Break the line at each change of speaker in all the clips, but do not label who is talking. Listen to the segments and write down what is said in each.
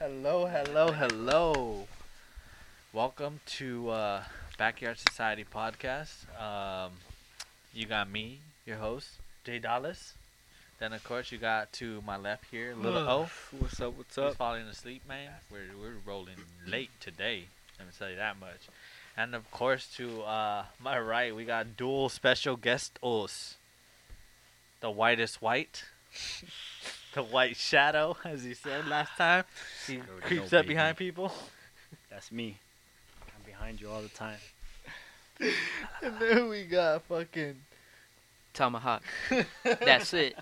Hello, hello, hello. Welcome to uh, Backyard Society Podcast. Um, you got me, your host, Jay Dallas. Then, of course, you got to my left here, Little O.
What's up? What's
He's
up?
falling asleep, man. We're, we're rolling late today. Let me tell you that much. And, of course, to uh, my right, we got dual special guest os. The whitest white. The white shadow, as he said last time. He
Go
creeps
Joe,
up behind people.
That's me. I'm behind you all the time.
And then we got fucking
Tomahawk. That's it.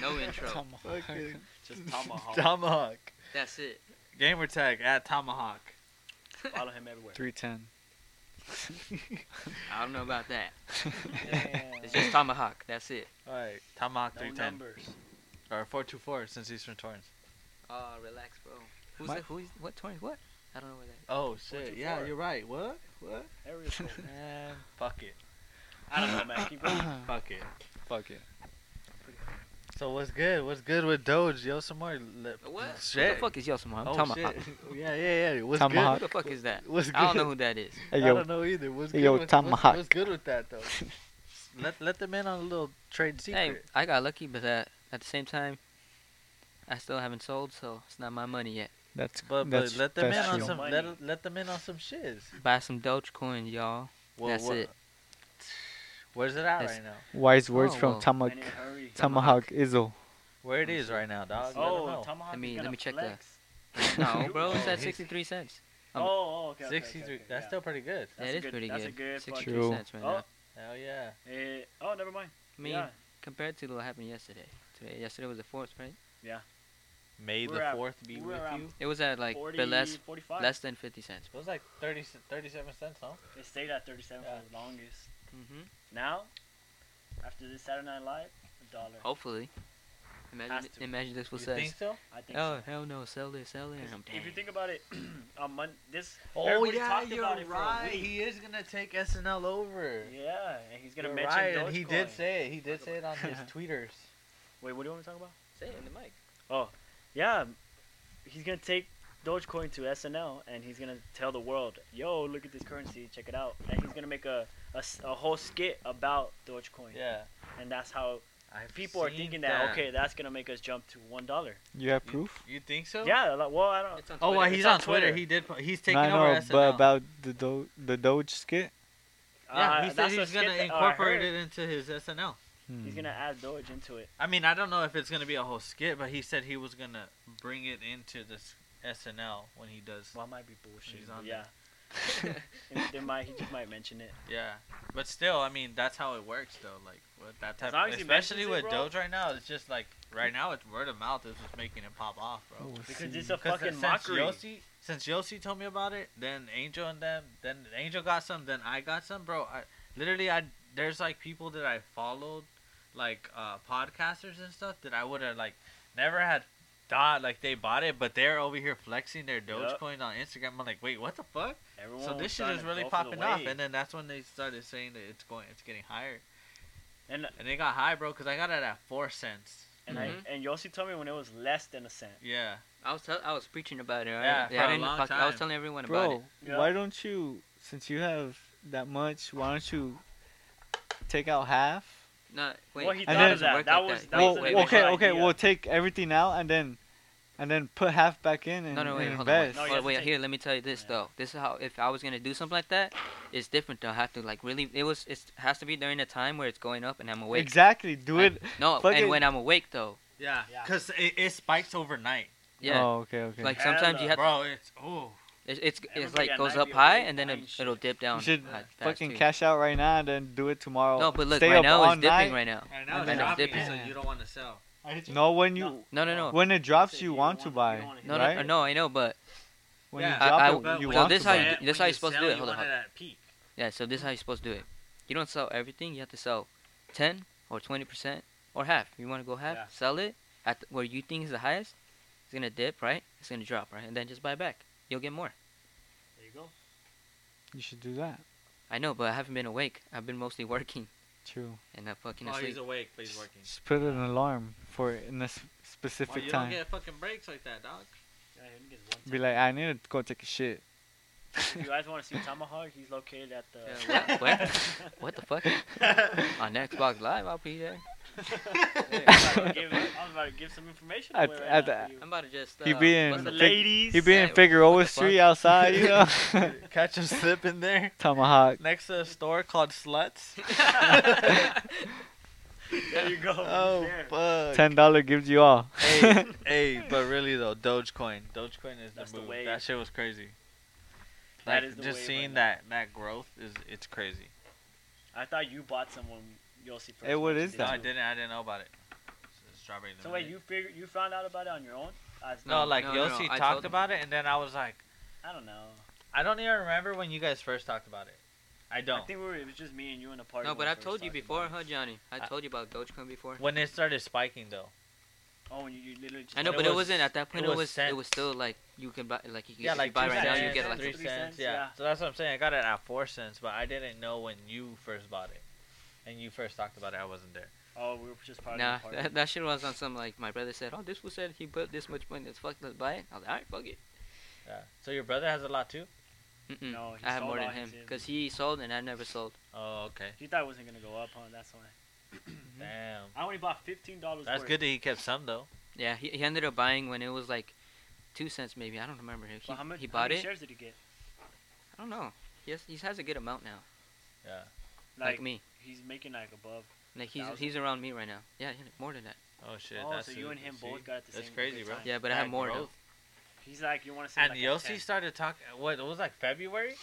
No intro.
fucking
Just Tomahawk.
Tomahawk.
That's it.
Gamer tag at Tomahawk.
Follow him everywhere.
310.
I don't know about that. It's just Tomahawk. That's it.
Alright, Tomahawk
No
310.
numbers.
Or 424 since he's from Torrance.
Oh, relax, bro. Who's
My-
that? Who's what? Twenty? What? I don't know where that.
Oh, shit. Yeah,
424.
you're right. What? What?
Area code.
Man, fuck it.
I don't know, man. Keep going.
Fuck it.
Fuck it.
So what's good? What's good with Doge? Yo, some more. Li-
What? What
Shit.
the fuck is Yosemite?
oh,
Tomahawk.
shit. yeah, yeah, yeah. What's
Who
Tomahawk.
the fuck is that?
good? What's good?
I don't know who that is.
Hey,
I
yo,
don't know either. What's
Hey,
good
yo,
with what's,
Tomahawk.
what's good with that though? let let them in on a little trade
Hey,
secret.
I got lucky, but uh, at the same time, I still haven't sold, so it's not my money yet.
that's
but
that's,
but let them in
that's
on
true.
some
Money.
let, let them in on some shiz.
Buy some Dogecoin, y'all.
Well,
That's
what-
it.
Where's it at
That's-
right now?
wise words
Oh,
from
well.
I
Tomahawk.
need a hurry.
Tomahawk Izzo.
Where it is right now, dog? let 'em
Oh,
know.
Tomahawk.
Let me-
you
let
gonna
me check the-
flex?
No, bro,
Oh,
it's at
he's-
sixty-three cents.
Oh, oh, okay. okay, okay,
sixty-three.
okay,
That's
yeah.
still pretty good.
That's
That
a
is
good-
pretty
that's a
good.
good fucking-
Sixty-three
True.
cents right
Oh,
now.
Hell yeah.
Eh, oh, never mind.
I mean,
yeah.
compared to what happened yesterday. Today, yesterday was the fourth, right?
May
We're
the
at-
fourth be
we're
with
around
you.
It was at like
40,
the less
45.
less than fifty cents.
It was like 30, 37 cents, huh?
It stayed at 37
Yeah.
for the longest.
Mm-hmm.
Now, after this Saturday Night Live, a dollar.
Hopefully.
Has
Imagine
to.
imagine this
You
was says.
think so?
I think
Oh
so.
hell no, sell this, sell it.
'Cause
I'm
If you
dang.
think about it, on Monday, this
Oh
everybody
yeah,
talked
you're
about it for a
right.
week.
He is gonna take SNL over.
Yeah, and he's gonna
You're
mention
right,
Dogecoin.
and he did say it. He did say it on his tweeters.
Wait, what do you want to talk about?
Say it in the mic.
Yeah, he's gonna take Dogecoin to SNL, and he's gonna tell the world, "Yo, look at this currency, check it out." And he's gonna make a a s- a whole skit about Dogecoin.
Yeah.
And that's how
I've
people are
seen
thinking that, okay, that's gonna make us jump to one dollar.
You have
You-
proof?
You think so?
Yeah, like, well, I don't.
It's on
Oh,
Twitter.
well,
It's
he's
on
on Twitter.
Twitter.
He did. pu- He's
No,
taking
I know,
over
but
SNL.
about the do- the Doge skit.
yeah,
uh,
he said
that's a
he's
skit
gonna
that- or I
incorporate
heard
it into his SNL.
Hmm.
He's gonna add Doge into it.
I mean, I don't know if it's gonna be a whole skit, but he said he was gonna bring it into this SNL when he does.
Well, I might be bullshit.
He's
but
on
Yeah. And there might he just might mention it.
Yeah, but still, I mean, that's how it works, though. Like with that type,
long as he
especially
mentions it,
with
bro.
Doge right now, it's just like right now it's word of mouth is just making it pop off, bro.
Oh,
Because
see.
it's a
Because
fucking
since
mockery.
Yossi, since Yossi told me about it, then Angel and them, then Angel got some, then I got some, bro. I literally, I there's like people that I followed, like uh, podcasters and stuff that I would have like never had thought like they bought it, but they're over here flexing their
Yup.
Dogecoin on Instagram. I'm like, wait, what the fuck?
Everyone
so
was
this shit
trying
is
to
really
go for the
popping off,
wave.
and then that's when they started saying that it's going, it's getting higher,
And-
and they got high, bro, because I got it at four cents.
And
Mhm.
I and Yossi told me when it was less than a cent.
Yeah,
I was tell- I was preaching about it. Right?
Yeah, for
I
a
didn't
long
fuck- I was
time.
telling everyone about
Bro,
it.
Yeah.
why don't you, since you have that much, why don't you take out half?
No, wait.
Well, he
it
thought
doesn't
of
that.
work
That
like
was- that
well,
was
wait,
the
wait,
okay,
original
okay,
idea.
we'll take everything out and then and then put half back in and,
No, no, wait,
and
hold on. Wait,
invest.
No, you
Hold-
have to
wait,
take-
here, let me tell you this
Yeah.
though. This is how if I was gonna do something like that, it's different though. I have to like really. It was. It has to be during a time where it's going up and I'm awake.
Exactly, do
I-
it.
No,
fuck it.
and when I'm awake though.
yeah,
Yeah.
because it, it spikes overnight,
Yeah.
Oh, okay, okay.
Like
Hella,
sometimes you have
bro. It's oh,
It's it's, it's
Everybody
like
at
goes
night
up
be
high
awake
and then
buying
it, it'll
shit.
dip down.
you should
high- fast
fucking
too.
cash out right now and then do it tomorrow.
No, but look,
Stay
right
up
now
all
it's dipping
night.
right now.
right now
And
it's
then it's
dropping,
dipping.
so
Yeah.
you don't want to sell.
No, when you
No.
No, no, no,
when it
Said
drops,
you
you want
don't want-
to buy.
you don't wanna
no,
right?
no, no. I know, but
When
Yeah.
you
I-
drop
I-
it,
but
you
so
want
this
to
how
buy.
you
it.
do- this how you're supposed to do it. Hold on, hold
at peak.
yeah. So this is how you're supposed to do it. You don't sell everything. You have to sell ten or twenty percent or half. You want to go half,
Yeah.
sell it at the, where you think is the highest. It's gonna dip, right? It's gonna drop, right? And then just buy back. You'll get more.
There you go.
You should do that.
I know, but I haven't been awake. I've been mostly working
True.
and I'm fucking
oh,
asleep.
he's awake, but he's working.
Just put an alarm for it in a s-
Well,
specific
you don't
time.
get fucking breaks like that, dog.
Yeah, he only gets one
Be like, I need to go take a shit.
If you guys want to see Tomahawk, he's located at the.
Yeah, what- what? What the fuck? On Xbox Live, I'll be there.
Hey, I'm, about to give, I'm about to give some information away
At-
right
at
now
the-
for you.
I'm about to just. Uh,
He being
bust
For
a
the
Fig-
fig-
ladies.
He be in
Hey,
Figueroa
what the
Street
fuck?
outside, you know?
Catch him slipping there
Tomahawk.
next to a store called Sluts.
There you go.
Oh
He's there.
fuck.
Ten dollar gives you all.
hey, hey, but really though, Dogecoin, Dogecoin is
That's
the
the
move.
wave.
that shit was crazy.
That
Like
is the
just
wave
seeing
right now.
that that growth is it's crazy.
I thought you bought someone. Yossi first.
Hey, what is
No,
that?
I didn't. I didn't know about it. S- Strawberry.
So wait,
lemonade.
you figure you found out about it on your own? I,
No,
No,
like
no, no, no,
Yossi
I told
talked
him.
about it, and then I was like,
I don't know.
I don't even remember when you guys first talked about it. I
I
don't.
think we were, it was just me and you in a party.
No, but
when we
I've
first
told you
talked
before,
about
huh, Johnny? I
I-
told you about Dogecoin before.
When it started spiking though.
it. Oh, and you, you literally just.
I know,
it
but it,
was-
was, not at that point.
it was
It was. It was
cents.
still like you can buy like you,
Yeah,
if
like
you buy
two
right now,
cents,
you get
cents,
like
three
three
cents.
cents,
Yeah.
yeah.
So that's what I'm saying. I got it at four cents, but I didn't know when you first bought it, and you first talked about it. I wasn't there.
Oh, we were just part
Nah,
of the party.
that, that shit was on some like my brother said. Oh, this fool said he put this much money. Let's fuck, let's buy it. I was like, alright, fuck it.
Yeah. So your brother has a lot too.
Mm-mm.
No, he
I have
sold
more than
all his
him
in.
because he sold and I never sold.
Oh, okay.
He thought it wasn't gonna go up, huh? That's why. Hmm?
Damn.
I only bought fifteen dollars.
That's good that he kept some though.
Yeah, he, he ended up buying when it was like two cents maybe. I don't remember him. He,
Well, how much?
he
how
bought
many
it.
Shares did he get?
I don't know. He has, he has a good amount now,
Yeah.
like,
Like,
me.
he's making like above.
Like he's
thousand?
he's around me right now. Yeah, yeah, more than that.
Oh shit.
oh,
that's
so you and him both got it the
That's
same.
crazy,
good
bro.
time.
Yeah, but I have more now.
He's like, you want to say
And
like a
Yossi
10.
started talking. What it was like February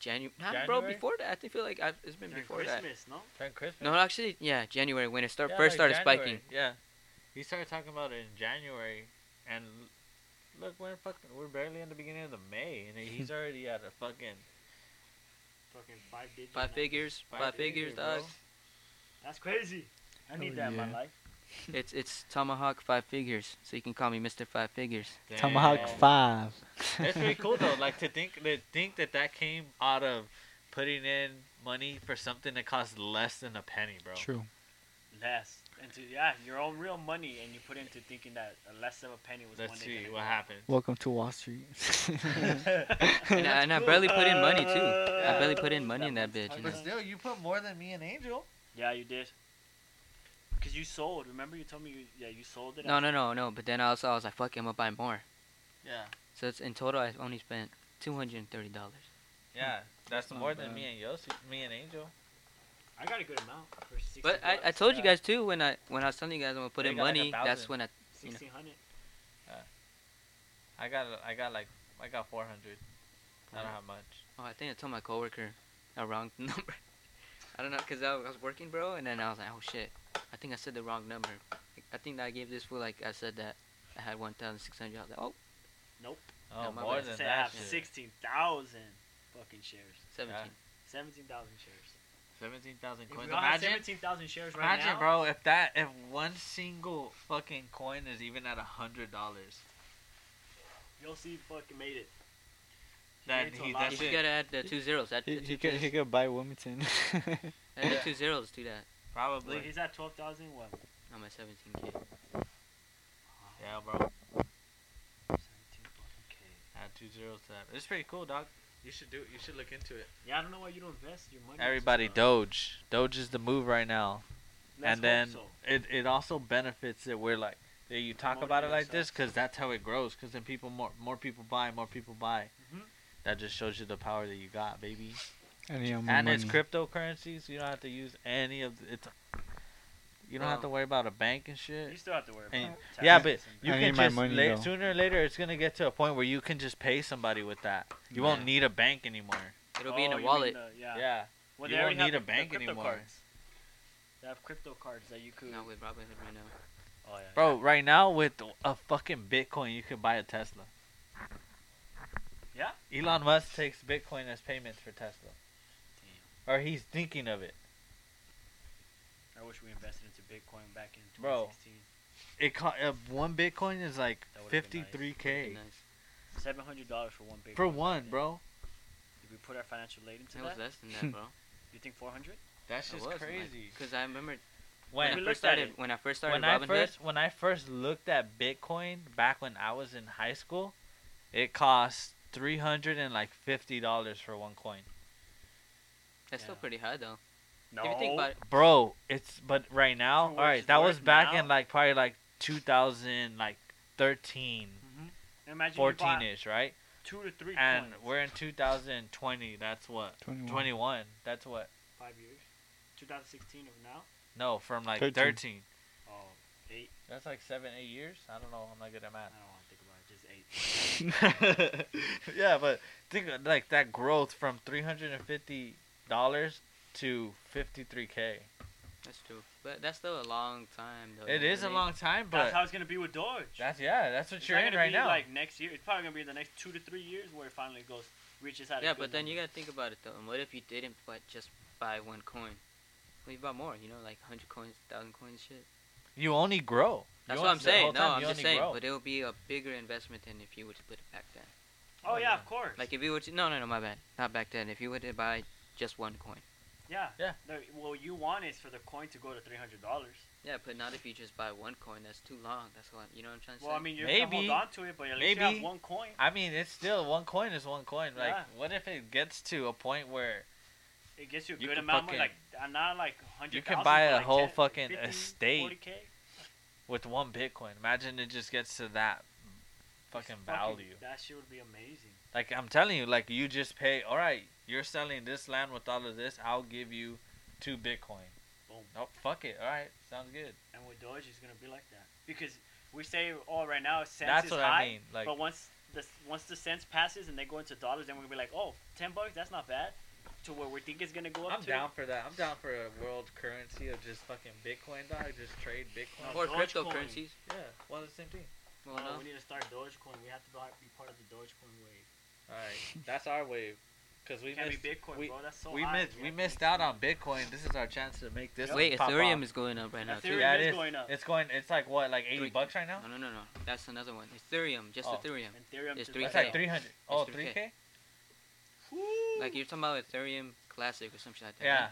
January, nah, bro.
January?
Before that, I think feel like I've, it's been
During
before that.
Christmas, no?
during Christmas.
No, actually, yeah, January when it start,
Yeah,
first
like
started
January.
spiking.
Yeah. He started talking about it in January, and l- look, we're in fucking we're barely in the beginning of the May, and he's already at a fucking
Fucking five digits.
Five
now.
figures, five, figures,
bro.
dog.
That's crazy. I need
Oh,
that in
yeah.
my life.
It's it's Tomahawk five figures, so you can call me Mister Five Figures.
Tomahawk
Damn.
five.
That's pretty cool though. Like to think to think that that came out of putting in money for something that costs less than a penny, bro.
True.
Less. And to, yeah, your own real money, and you put into thinking that a less of a penny was one
Let's
day.
see
gonna
what
go
happens.
Welcome to Wall Street.
and I, and I barely put in money too. I barely put in money in that bitch. You know?
But still, you put more than me and Angel.
up. Yeah, you did. Cause you sold. Remember, you told me. You, yeah, you sold it.
No, no, no, no. But then also I was like, fuck, it, I'm gonna buy more.
Yeah.
So it's in total I've only spent two hundred and thirty dollars.
Yeah. That's
not
more than
bad.
me and Yossi, me and Angel.
I got a good amount for sixty.
But I, I told you guys too when I when I was telling you guys I'm gonna put
Yeah,
in
you got like a
money. that's
thousand.
when I you know.
sixteen hundred.
I got I got like I got 400. I don't have much.
oh I think I told my coworker a wrong number. I don't know because I was working, bro, and then I was like, oh shit, I think I said the wrong number. I think I gave this fool like I said that I had one thousand six hundred. I was like, oh,
Oh,
Yeah, my
more
bad.
than
Say I
that.
have
shit.
sixteen thousand fucking shares.
17.
Seventeen thousand shares.
17,000
If
coins.
we all had
Imagine,
seventeen thousand shares right
imagine,
now.
bro, if that if one single fucking coin is even at a hundred dollars,
You'll see. Fucking made it.
then
made it to
he
a lot.
that's
You
it.
gotta add the two zeros. Add,
He,
the,
he
two
could
zeros.
he could buy Wilmington.
add the
Yeah.
two zeros to that.
Probably.
He's at twelve thousand. What?
On my 17k.
Yeah, bro.
Seventeen fucking k.
Add two zeros to that. It's pretty cool, dog. You should do. You should look into it.
Yeah, I don't know why you don't invest your money. in
Everybody,
stuff.
Doge. Doge is the move right now.
Let's
and then
hope so.
it, it also benefits that we're like that you talk
Promote
about it
it
like this
yourself.
because that's how it grows because then people more more people buy more people buy
Mhm.
that just shows you the power that you got baby
and he owe me
and it's
money.
cryptocurrencies you don't have to use any of the, it's you don't have
Wow.
to worry about a bank and shit
You still have to worry about
And-
taxes
yeah but
and-
you
I
can
need my
just
money,
la-
though.
sooner or later it's gonna get to a point where you can just pay somebody with that you won't
Yeah.
need a bank anymore
It'll be in
Oh, you
a
mean
wallet.
the- yeah.
yeah
Well,
You won't
they already have
need a
the- the
bank
crypto
anymore.
cards. They have crypto cards that you could.
Not with Robinhood right now.
oh yeah.
bro right now with a fucking bitcoin you can buy a tesla
Yeah?
elon musk takes bitcoin as payments for tesla or he's thinking of it
I wish we invested into Bitcoin back in
Bro.
2016.
it co- uh, one bitcoin is like
That would've been nice.
53k
Nice.
Seven hundred dollars for one Bitcoin.
for one bro
If we put our financial aid into
It
that,
was less than that, bro.
you think four hundred?
that's just crazy
Because I remember
when
when,
we
I
looked
first
at
started
it,
when I first started
when I
Robinhood.
first when I first looked at Bitcoin back when I was in high school, It costs three hundred and like fifty dollars for one coin.
That's still
Yeah.
pretty high though.
No.
If you think about it,
Bro, it's but right now,
Which
all right,
is
that
worth
was back
now.
in like probably like 2000 like 13,
Imagine 14 you
14
bought
ish, right?
two to three
And
coins.
we're in 2020. That's what
21.
21. That's what
five years. 2016 of now.
no from like 13.
13.
Oh, eight.
That's like seven, eight years. I don't know. I'm not good at
I don't want to think about it. Just eight.
math. yeah, but think of, like that growth from 350 dollars to 53k.
that's true. But that's still a long time though.
It
you know
is a
what I mean?
long time,
That's
but
how it's gonna be with Doge.
that's yeah, that's what
It's
you're
not
in
gonna
right
be
now.
Like next year, it's probably gonna be the next two to three years where it finally goes reaches out.
Yeah, but then you gotta think about it though. And what if you didn't but just buy one coin? Well, you bought more. You know, like hundred coins, thousand coins, shit.
you only grow.
That's
You
what
only-
I'm
the whole
saying. No,
time
I'm
you
just
only
saying.
grow.
But it'll be a bigger investment than if you would split it back then.
Oh
Oh,
yeah,
yeah.
of course.
Like if you would, no, no, no, my bad. Not back then. If you would buy just one coin.
yeah.
Yeah.
The- what you want is for the coin to go to three hundred dollars.
Yeah, but not if you just buy one coin. That's too long. That's what you know what I'm trying to
Well,
say.
I mean, you're gonna hold
Maybe.
on to it, but at least you have
Maybe.
one coin.
I mean, it's still one coin is one coin. Like,
Yeah.
what if it gets to a point where
It gets you a
You
good
can
amount,
fucking-
of like uh, not like hundred.
you can buy a whole fucking estate.
40K?
with one Bitcoin, imagine it just gets to that fucking value.
That shit would be amazing.
Like, I'm telling you, like, you just pay, all right, you're selling this land with all of this, I'll give you two Bitcoin.
Boom.
Oh, fuck it. All right, sounds good.
And with Doge, it's gonna be like that because we say, oh, right now cents
That's
is
what
high,
I mean. Like,
but once the once the cents passes and they go into dollars, then we're gonna be like, oh, 10 bucks, that's not bad. To where we think it's gonna go up
I'm
to.
down for that. I'm down for a world currency of just fucking Bitcoin, dog. Just trade Bitcoin.
or
Dogecoin.
cryptocurrencies.
Yeah, well, the same thing.
Well,
Oh,
no.
we need to start Dogecoin. We have to buy- be part of the Dogecoin wave.
All right, that's our wave. Because we
Can't
missed,
be Bitcoin,
we,
bro. That's so
we
high.
missed,
have
we
to
missed
make
out
some-
on Bitcoin. This is our chance to make this.
Wait,
pop
Ethereum
off.
is going up right now too.
Ethereum
Yeah, it
is
is.
going up.
It's going. It's like what, like eighty
Three-
bucks right now?
No, no, no, no. That's another one. Ethereum, just
Oh.
Ethereum.
And Ethereum
It's
just
three
It's
went
K.
up.
like three hundred. Oh, three
3K.
k.
Woo!
Like you're talking about Ethereum Classic or something like that.
Yeah,
right?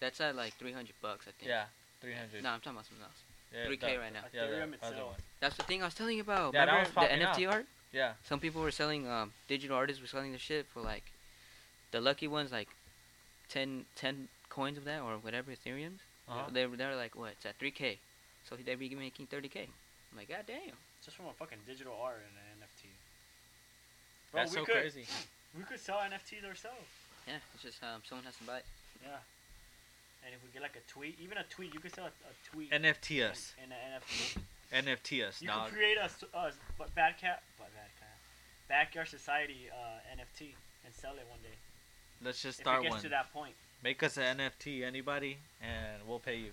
That's at like 300 bucks, I think.
yeah, three hundred.
No, I'm talking about something else.
yeah,
3K right now.
Yeah,
Ethereum
the other
itself.
one.
That's the thing I was telling you about.
Yeah, that was
Remember
popping
the NFT art?
Yeah,
Some people were selling, um, digital artists were selling their shit for like, the lucky ones like, 10, 10 coins of that or whatever Ethereums.
Uh-huh.
They were they're like what? It's at 3k. So they'd be making 30k. I'm like, god damn.
Just from a fucking digital art and an NFT. Bro,
that's
we
so
could,
crazy.
We could sell NFTs ourselves.
Yeah, it's just um, someone has to buy it.
Yeah. And if we get like a tweet, even a tweet, you could sell a, a tweet.
NFT us.
And an NFT.
NFT us,
You
dog.
can create a, s- a s- b- bad cat, but bad cat, backyard society uh, NFT and sell it one day.
Let's just
if it
start
gets
one.
to that point.
Make us an NFT, anybody, and we'll pay you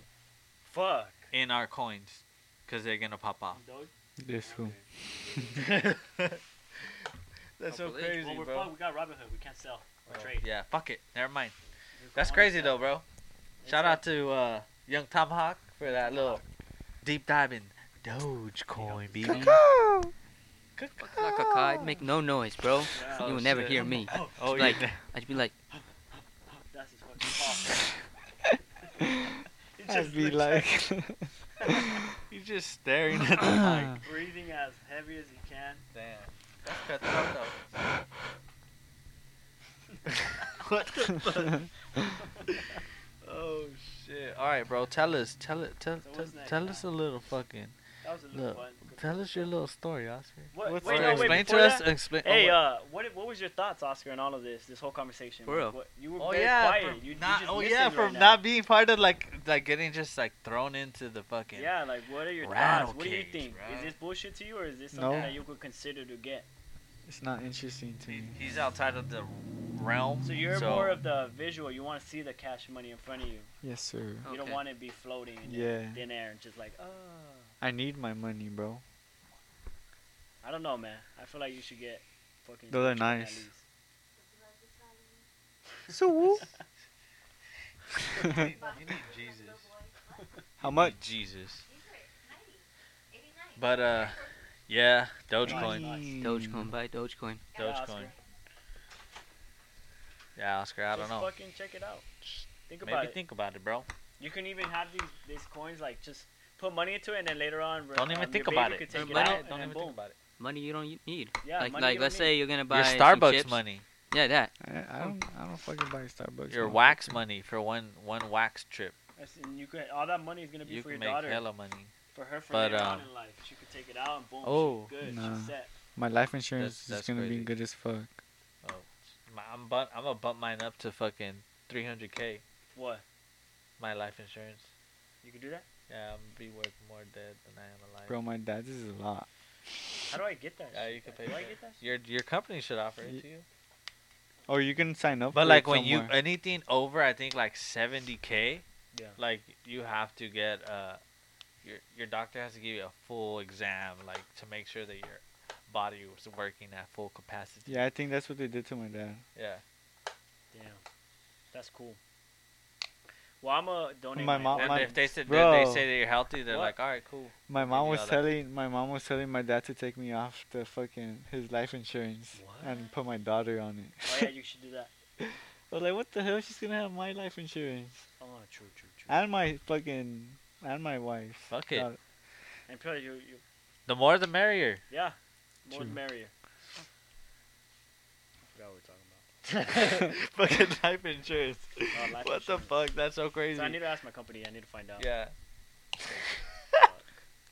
Fuck.
in our coins, cause they're gonna pop off.
Doge.
This fool.
Okay.
that's so
Hopefully.
crazy,
Well, we're
bro.
fucked. We got Robinhood. We can't sell or
Oh,
trade.
Yeah, fuck it. Never mind.
We're
That's
going
crazy
to sell.
though, bro.
It's
Shout
like-
out to uh, Young Tom Hawk for that little deep dive in Dogecoin, baby.
Fuck like a cow. I'd make no noise, bro.
Yeah.
Oh,
you would never
shit.
hear me.
Oh,
Oh,
Like-
yeah.
I'd be like,
that's his fucking fault. He
I'd
just
be
looks like
like,
You're just staring at the mic.
breathing as heavy as he can.
Damn. That's cutthroat though. what the fuck? oh shit. Alright, bro. Tell us. Tell it. Tell.
So
tell,
what's next,
tell
man?
us a little fucking.
That was a little
Look.
fun. Good-
Tell us your little story, Oscar.
What,
What's
wait,
the-
no, wait,
explain to
before
us.
that-
Explain. oh,
Hey,
what-
uh, what what was your thoughts, Oscar, on all of this, this whole conversation?
For real.
What, you were
Oh
very
yeah,
quiet.
from
You,
not.
you just
oh
listened
yeah,
right
from
now.
not being part of like like getting just like thrown into the fucking.
Yeah, like what are your
Rattle
thoughts? What do you
cage,
think?
bro.
Is this bullshit to you, or is this something
No.
that you could consider to get?
it's not interesting to me.
He- He's outside of the realm.
So you're more of the visual. You want to see the cash money in front of you.
Yes, sir.
You don't
Okay.
want it to be floating in
Yeah.
thin air and just like, oh.
I need my money, bro.
I don't know, man. I feel like you should get fucking.
Those are
Bitcoin at
nice.
least.
So
you need Jesus.
how much?
Jesus. But uh, yeah, Dogecoin.
Dogecoin, buy Dogecoin.
Yeah, Oscar.
Dogecoin. Yeah, Oscar. I don't
just
know.
Fucking check it out. Think about
Maybe
it.
think about it, bro.
You can even have these these coins like just put money into it and then later on.
Don't even
um,
think
your
about
baby
it.
Could take
Or
it
money-
out
Don't
and
even
then
think
boom.
about it.
money you don't need.
Yeah,
like
money you
like
don't
let's
need.
say you're gonna buy
Your
some
Starbucks
chips.
money,
Yeah, that.
I, I don't. I don't fucking buy Starbucks.
your
motherfucker.
wax money for one one wax trip.
That's- And you could all that money is gonna be
You
for
can
your
make
daughter,
hella money.
for her for
but,
later on
um,
in life. She could take it out and boom,
oh,
she's good,
nah.
she's set.
My life insurance
That's- that's
is gonna
crazy.
be good as fuck.
Oh, my- I'm bu- I'm gonna bump mine up to fucking 300k.
What?
My life insurance.
You could do that?
Yeah, I'm be worth more dead than I am alive.
Bro, my dad's is a lot.
How do I get that?
Yeah,
shit?
you can
Like,
pay
Do
for
I
it.
get that? shit?
Your your company should offer
Ye-
it to you.
Or Oh, you can sign up.
But
for
like
it
when you
somewhere.
anything over, I think like 70k.
Yeah.
Like you have to get uh, your your doctor has to give you a full exam, like to make sure that your body was working at full capacity.
Yeah, I think that's what they did to my dad.
Yeah.
Damn, that's cool. Well, I'm a donate.
My mom-
And
my-
if they said that they
Bro.
say that you're healthy, they're
What?
like, all right, cool.
My
Maybe
mom was
I'll let-
telling my mom was telling my dad to take me off the fucking his life insurance
What?
and put my daughter on it.
Oh yeah, you should do that.
I was like, what the hell? She's gonna have my life insurance
Oh, true, true, true.
and my fucking and my wife.
Fuck it.
Uh,
and probably you, you
The more the merrier.
yeah, more the
True.
merrier. I forgot what we're talking about.
Fucking life insurance.
Oh, life
what the
insurance.
fuck? That's so crazy.
So I need to ask my company. I need to find out.
yeah.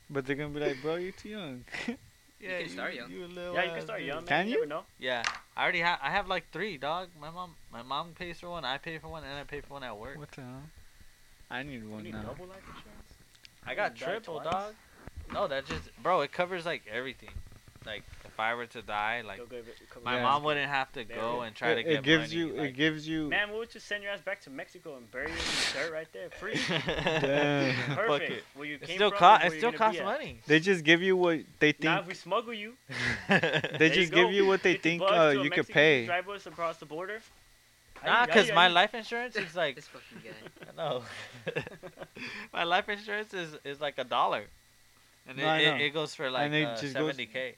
but they're gonna be like, bro, you're too young.
you can start young.
You a little
Yeah, you can
ass
start
dude.
young. man.
Can
never
you?
know.
uh, Yeah. I already have. I have like three, dog. My mom. My mom pays for one. I pay for one, and I pay for one at work.
What the hell? I need
You
one
need
now.
double life insurance.
I got
You died
triple,
twice?
dog. No, that just, bro. It covers like everything. Like if I were to die, like
They'll give it- cover
my
it.
Yeah.
mom wouldn't have to go
Yeah.
and try
it,
to
it
get
gives
money,
you.
like-
it gives you.
Man, we would just send your ass back to Mexico and bury you in the dirt right there, free.
Damn.
Fuck
Perfect.
it.
Where you
It
came
still
from
cost.
and
It
where you're
still
gonna be
costs
at.
money.
They just give you what they think.
Now if we smuggle you,
they
There
just
you
give
go.
you what they
50
think
bucks
uh,
to a
you could
Mexican to
pay.
Drive us across the border.
Nah,
Ay, ay,
cause my
ay.
life insurance is like
This fucking guy.
no. my life insurance is is like a dollar, and it,
No, I
it,
know.
it goes for like uh,
And it just goes-
seventy k.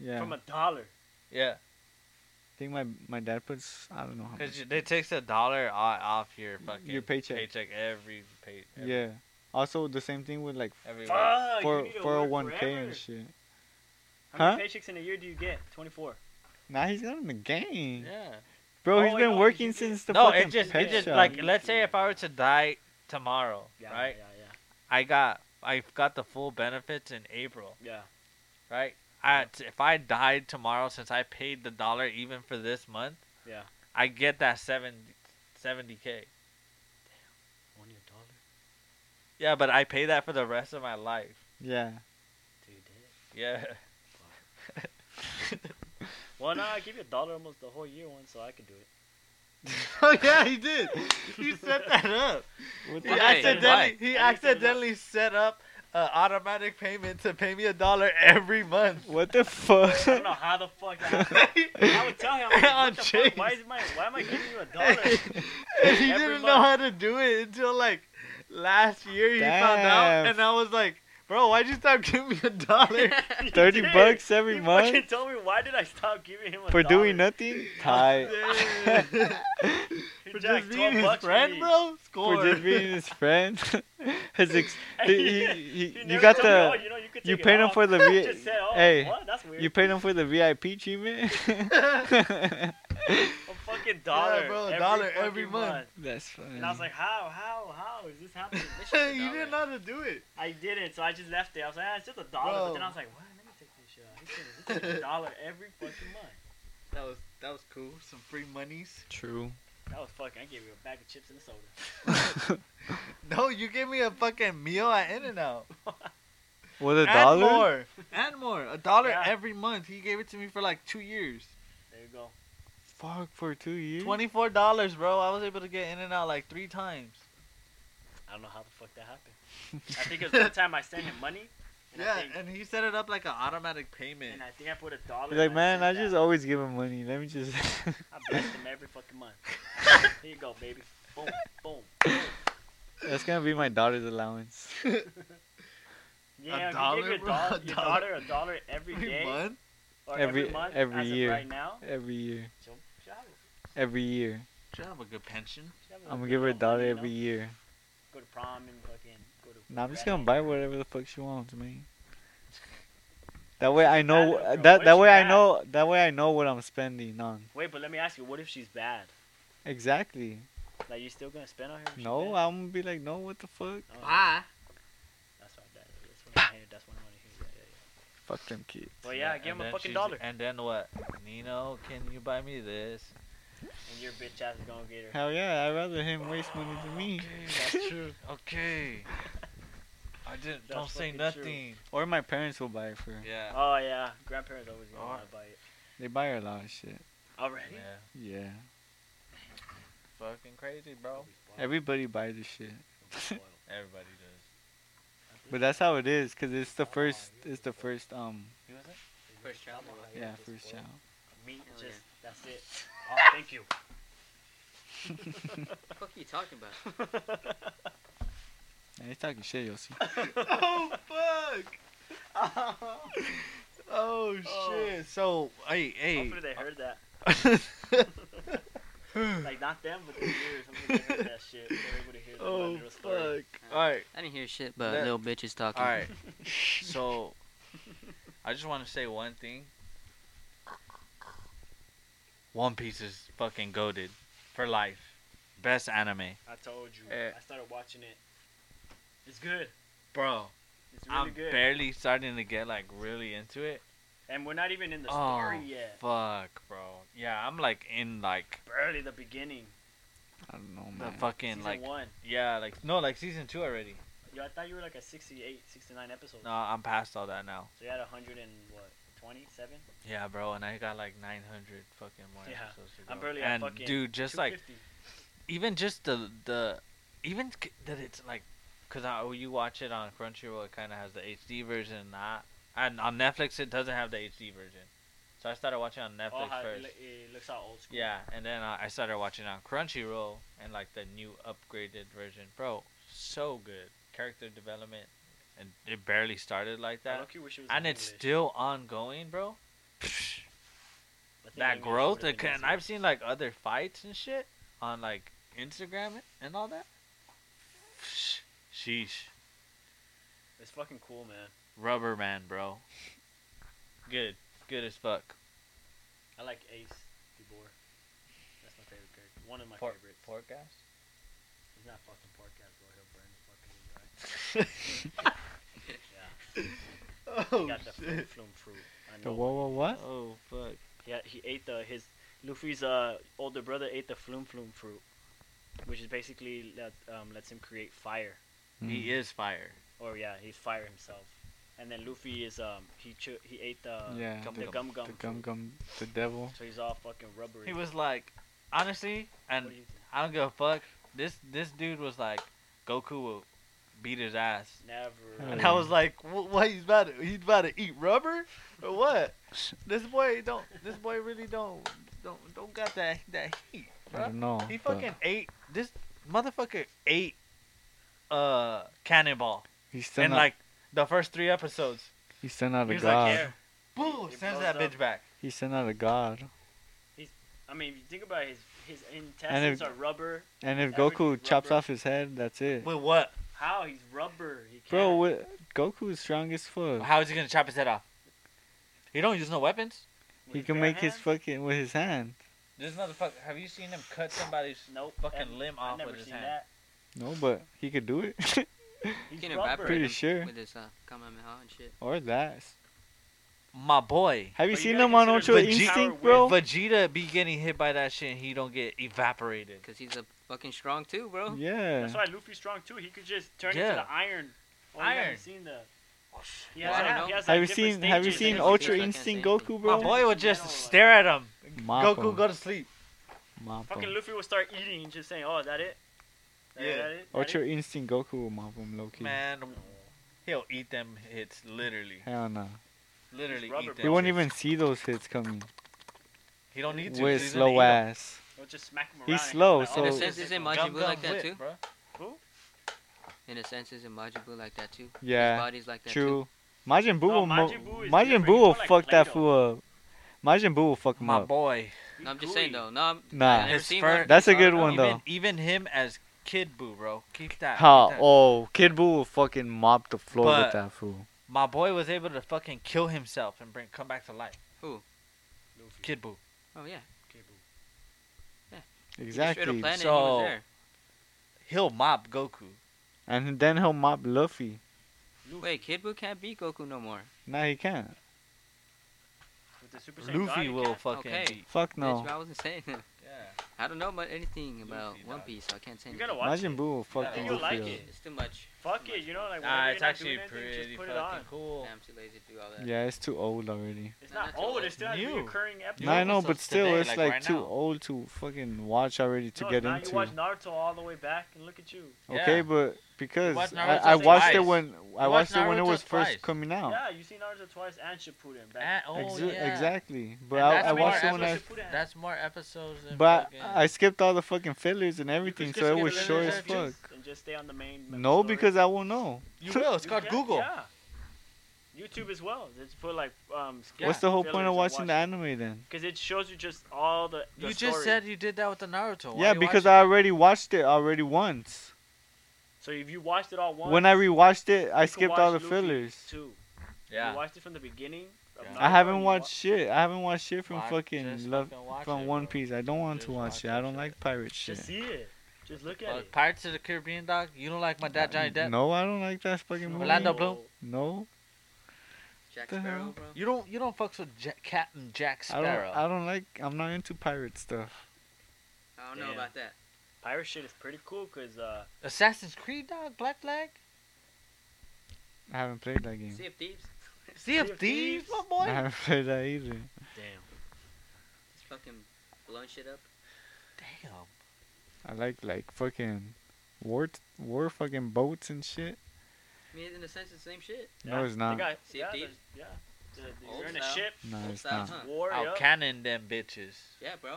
Yeah,
from a dollar.
Yeah,
I think my my dad puts. I don't know how
cause
much.
you, they takes a dollar o- off your fucking
paycheck.
paycheck every pay. Every,
yeah. Also, the same thing with like
Every
Fuck.
month.
you
four
need to work
four hundred one k
forever.
and shit.
How
Huh?
many paychecks in a year do you get? 24.
Now he's not in the game,
Yeah.
bro.
Oh,
he's
I
been
know,
working
he's-
since the
no,
fucking
it just
pet
it just
shop.
like let's say if I were to die tomorrow,
Yeah,
right?
Yeah, yeah,
I got I got the full benefits in April,
yeah.
right? I, if I died tomorrow, since I paid the dollar even for this month,
Yeah.
I get that 70 k.
Only a dollar?
Yeah, but I pay that for the rest of my life.
yeah,
Dude, damn.
Yeah.
Well, nah, I give you a dollar almost the whole year one, so I could do it.
oh yeah, he did. He set that up.
what
He
Why?
accidentally he
Why?
accidentally set up an automatic payment to pay me a dollar every month.
the, what the
I don't
fuck?
know how the fuck that happened. I would tell him, like,
Oh,
On
what the fuck?
Chase.
Why, is my, why am I giving you a dollar?
and he
Every
didn't know
month.
how to do it until like last year he found out
Damn.
and i was like bro why'd you stop giving me a dollar
You
Thirty
did.
bucks every
You
month
fucking told me why did I stop giving him a
for
dollar?
doing nothing. Tight.
He
for
jacked
just
12
being his
bucks for
friend
me.
bro score
For just being his friend, his ex-
And
he,
he-
he,
he
he, you
never
got
told me,
the
"Oh, you, know, you, could
you
take it
paid him
off."
for the
He
V-
just said, "Oh,
hey,
what? That's weird.
you paid him for the VIP treatment.
a fucking dollar,
bro, a
every
dollar
fucking
every month.
That's funny.
And I was like, how, how, how is this happening? This
you
shit's a dollar.
didn't know how to do it
I didn't, so I just left it. I was like, ah, it's just a dollar. But then I was like, what? Let me take this shit out. He said, "This is a dollar every fucking month.
that was that was cool some free monies
True.
That was fucking. I gave you a bag of chips and soda.
no you gave me a fucking meal at in and out
With a
and
dollar?
more and more a dollar
Yeah.
every month he gave it to me for like two years
There you go.
Fuck for two years.
$24 bro i was able to get in and out like three times
I don't know how the fuck that happened. I think it was one time I sent him money. And I
yeah
think,
and he set it up like an automatic payment
and I think I put a dollar.
He's like,
and
man, I
sent
just
that.
always give him money. Let me just.
I blessed him every fucking month. Here you go, baby. Boom, boom.
That's gonna be my daughter's allowance.
Yeah,
dollar,
if you give your,
bro?
doll-
A
your
dollar?
daughter a dollar every
Every
day
month?
or every,
Every-
month
every
as of
year.
right now,
Every year.
she'll, she'll have it.
Every year.
Should have a good pension.
She'll have a
I'm gonna
good
give her a
little
dollar
money, you
every
know?
year.
Go to prom and fucking go to.
Nah, I'm just
grad
gonna buy whatever the fuck she wants, man. That way I know
Bad, bro.
that
What
that
is
way I
bad?
know that way I know what I'm spending on.
Wait, but let me ask you, what if she's bad?
Exactly.
Like, you still gonna spend on her? if she's
No,
bad?
I'm gonna be like, no, what the fuck?
Oh,
Ah.
Bye.
That's what, that, that's what I hear. That's what I want to hear. Yeah, yeah, yeah.
Fuck them kids.
Well, yeah,
and
give him a
then
fucking
she's-
dollar.
And then what? Nino, can you buy me this?
And your bitch ass is gonna get her.
Hell yeah, I'd rather him waste money than me.
that's true. Okay. I didn't.
That's
don't say
fucking true.
nothing.
Or my parents will buy it for.
Yeah.
Oh yeah, grandparents always gonna
Oh.
want to buy it.
They buy her a lot of shit.
Already?
Yeah.
Yeah.
Fucking crazy, bro.
Everybody buys this shit.
Everybody does.
But that's how it is, cause it's the first, it's the first, um,
You was it?
First child.
yeah, first child.
Meat,
Oh,
just that's it.
Oh,
Thank you.
What the fuck are you talking about?
Man, he's talking shit, Yossi.
oh fuck! oh
shit.
So hey hey.
Hopefully they heard that. Like not them, but their ears. Hopefully they heard that shit. They were able to hear that my
oh
little story.
fuck! All right.
I didn't hear shit, but
That-
little bitch is talking.
All right. so, I just want to say one thing. One Piece is fucking goaded for life. Best anime,
I told you.
Eh.
I started watching it. It's good.
bro.
It's really
I'm
good.
barely starting to get like really into it.
and we're not even in the
Oh.
story yet.
Fuck, bro. Yeah, I'm like in like
Barely the beginning.
I don't know,
the
man.
fucking
season
like
one.
yeah, like no, like season two already.
Yo, I thought you were like a 68, 69 episodes.
No, I'm past all that now.
So you had a hundred and what? 27?
Yeah, bro, and I got like 900 fucking more
Yeah,
episodes to go.
I'm barely at
and
fucking
dude, just like
250.
even just the the even c- that it's like because you watch it on crunchyroll it kind of has the hd version and not and on netflix it doesn't have the hd version so i started watching on
Oh,
netflix
how it,
first
lo- it looks all old school.
yeah and then uh, i started watching on crunchyroll and like the new upgraded version bro so good character development and it barely started like
I
that
low-key wish it was
and
in
it's
English.
still ongoing bro Psh
I think
that
English
growth
would've
and,
been
and
easier.
I've seen like other fights and shit on like Instagram and all that. Sheesh,
It's fucking cool, man.
rubber man, bro. Good, good as fuck.
I like Ace DeBoer. That's my favorite character. One of my
Pork,
favorites.
pork
He's not fucking pork ass, bro. He'll burn his fucking guy.
ass.
Yeah.
oh
He got the flume, flume fruit. I
The
know.
whoa, whoa, what?
Oh fuck.
Yeah, he ate the his Luffy's uh older brother ate the flume flume fruit, which is basically let um lets him create fire.
Hmm.
He is fire.
Or yeah, he's fire himself. And then Luffy is um he ch- he ate the
yeah,
gum
the
gum.
gum gum.
the
fruit.
gum gum, the devil.
So he's all fucking rubbery.
He was like, honestly, and
What do you think?
I don't give a fuck. This this dude was like, Goku will beat his ass.
Never.
And
Oh,
I
yeah.
was like, "Wh- "What? He's about to he's about to eat rubber, or what? this boy don't. This boy really don't don't don't got that that heat,
I
bro.
don't know.
He
but
fucking ate this motherfucker ate uh cannonball
He's still
in
not.
like the first three episodes.
he's still not
He
a
was like,
Oh god.
yeah, boo,
He
sends
blows
that
up.
bitch back.
He's still not a god.
I mean, if you think about it, his his intestines
if-
are rubber.
And if
Average
Goku chops
rubber.
off his head, that's it.
With what?
How he's rubber? He can't.
Bro, what, Goku is strong as fuck.
How is he gonna chop his head off? He don't use no weapons.
With
He can
bare
make his
hands?
fucking with his hand.
This motherfucker. Have you seen him cut somebody's
Nope.
fucking
and
limb
I
off
never
with his
seen
hand?
that.
No, but he could do it.
He's
He can
rubber.
evaporate
Pretty
him
sure.
with his uh, Kamehameha and shit.
or that.
My boy.
Have you
But you
seen
gotta
him on
consider
Ultra
the G-
Instinct,
power
bro?
with-
Vegeta be getting hit by that shit and he don't get evaporated.
Cause he's a fucking strong too, bro.
yeah.
That's why Luffy's strong too. He could just turn
Yeah.
into the iron. Oh, you
Iron.
haven't seen the. He
Well,
has,
I
like-
don't know.
he has, like,
Have you
different
seen Have you
stages.
seen
Like,
Ultra
I can't
Instinct
say anything.
Goku,
My
bro?
boy would
Metal,
just
like-
stare at him.
Mop
Goku
him.
go to sleep.
Mop
Fucking
him.
Luffy will start eating and just saying, "Oh, is that it? That it,
Yeah.
that it, that
Ultra E.
it?"
Instinct Goku will mop him, Loki.
Man,
No.
he'll eat them hits literally,
Hell no.
literally
rubber
eat them.
He won't
hits.
even see those hits coming.
He don't need to.
With
he's gonna eat
slow
'em.
ass.
He'll just smack him around.
He's
and
slow,
like,
so-
"Oh,
In a
this
sense,
is
it's
it,
imagine-
Gum
Majin Buu
Gum
like that
Whip,
too?
bro.
bro."
In a sense, is Majin Buu like that too? His
Yeah.
body's like that
True. Majin
No,
Buu will mo-
Majin Buu is
Majin
different.
Buu
He's
will
more like
fuck that
Play-Doh.
fool up. Majin Buu will fuck him
My
up.
boy.
too. No, I'm just saying
Gooey.
though. No, I'm,
Nah.
I never
His
seen
fur-
one.
That's a good
I don't
one,
know.
Even,
though.
even him as Kid Boo, bro. Keep that.
How?
keep that.
Oh, Kid Buu will fucking mop the floor
But-
with that fool.
My boy was able to fucking kill himself and bring come back to life.
Luffy.
Kid Buu.
Oh yeah.
Kid Buu.
He destroyed a
Exactly.
planet. and he
So-
was there.
He'll mop Goku.
And then he'll mop Luffy.
Luffy.
Wait, Kid Buu can't beat Goku no more.
Nah, he can't.
With the Super Saiyan God,
Luffy
you
will
can't-
fucking
Okay.
beat.
Fuck
Bitch,
no.
I wasn't saying that.
Yeah.
I don't know about anything about
Luffy,
One
dog.
Piece, so I can't say
You
anything.
gotta watch
Imagine
it.
Boo will fuck
I think
Luffy
you'll like
up.
it.
It's too much.
Fuck
Too
it, you know, like
Nah,
whenever
it's
you're
actually
not doing anything,
pretty
just put
fucking
it on.
cool.
much. Nah, I'm too lazy to do all that.
Yeah, it's too old already.
It's
No,
not
that's
old.
old.
It still has
New.
recurring episodes.
No, I know,
also
but still,
today,
it's
like
like,
right
too
now.
old to fucking watch already to
No,
get
now
into.
you watch Naruto all the way back, and look at you.
Okay,
Yeah.
but because
watched
I,
Naruto
I watched it
twice.
when I
You watched
watched it when it
Naruto
was
twice.
first coming out.
Yeah, you seen Naruto twice and Shippuden
Ah,
back.
oh,
Exa-
yeah.
Exactly. But
And
I,
that's
I
why
watched
I
it when I
was- That's more episodes than
but
fucking...
I skipped all the fucking fillers and everything,
just
so it
skip
was
the
short as
fillers
fuck.
and
And just stay on the main. main
No,
story.
because I won't know.
You will. It's
You
called
can,
Google.
Yeah. YouTube as well. Just put like um.
Yeah.
What's the whole point of watching the anime then?
Because it shows you just all the.
You
the
just
story.
said you did that with the Naruto. Why
yeah,
you
because I
watching
already watched it already once.
So if you watched it all once.
When I rewatched it,
you
I
can
skipped
watch
all the
Luffy
fillers.
Too.
it? Yeah.
You watched it from the beginning. of
Yeah.
Naruto,
I haven't
you
watched shit. I haven't watched shit from
Watch- just
fucking love
fucking watch
from
it,
One
bro.
Piece. I don't want
Just
to watch
watch
it.
that
I don't
shit.
like pirate shit.
Just see it. Just look at
Uh,
it.
Pirates of the Caribbean, dog. You don't like my dad, Johnny Depp.
No, I don't like that fucking movie.
Orlando Bloom.
No,
Jack
The
Sparrow,
hell?
bro.
You don't. You don't fucks with Jack, Captain Jack
I don't.
Sparrow.
I don't like. I'm not into pirate stuff.
I don't know
Damn.
about that.
Pirate shit is pretty cool because uh,
Assassin's Creed, dog. Black Flag.
I haven't played that game.
Sea of Thieves.
Sea
Sea
of
of
Thieves,
Thieves.
my
I
boy.
haven't played that either.
damn.
Just fucking blowing shit up.
Damn.
I like like fucking war t- war fucking boats and shit.
I mean, in a sense, it's the same shit.
No, it's not.
They got,
Sea
yeah,
of
the,
Thieves?
yeah. The- the-
Old
you're in a
style.
ship.
No,
Old
it's
style,
not.
huh?
War.
I'll
yup.
cannon them bitches.
Yeah, bro.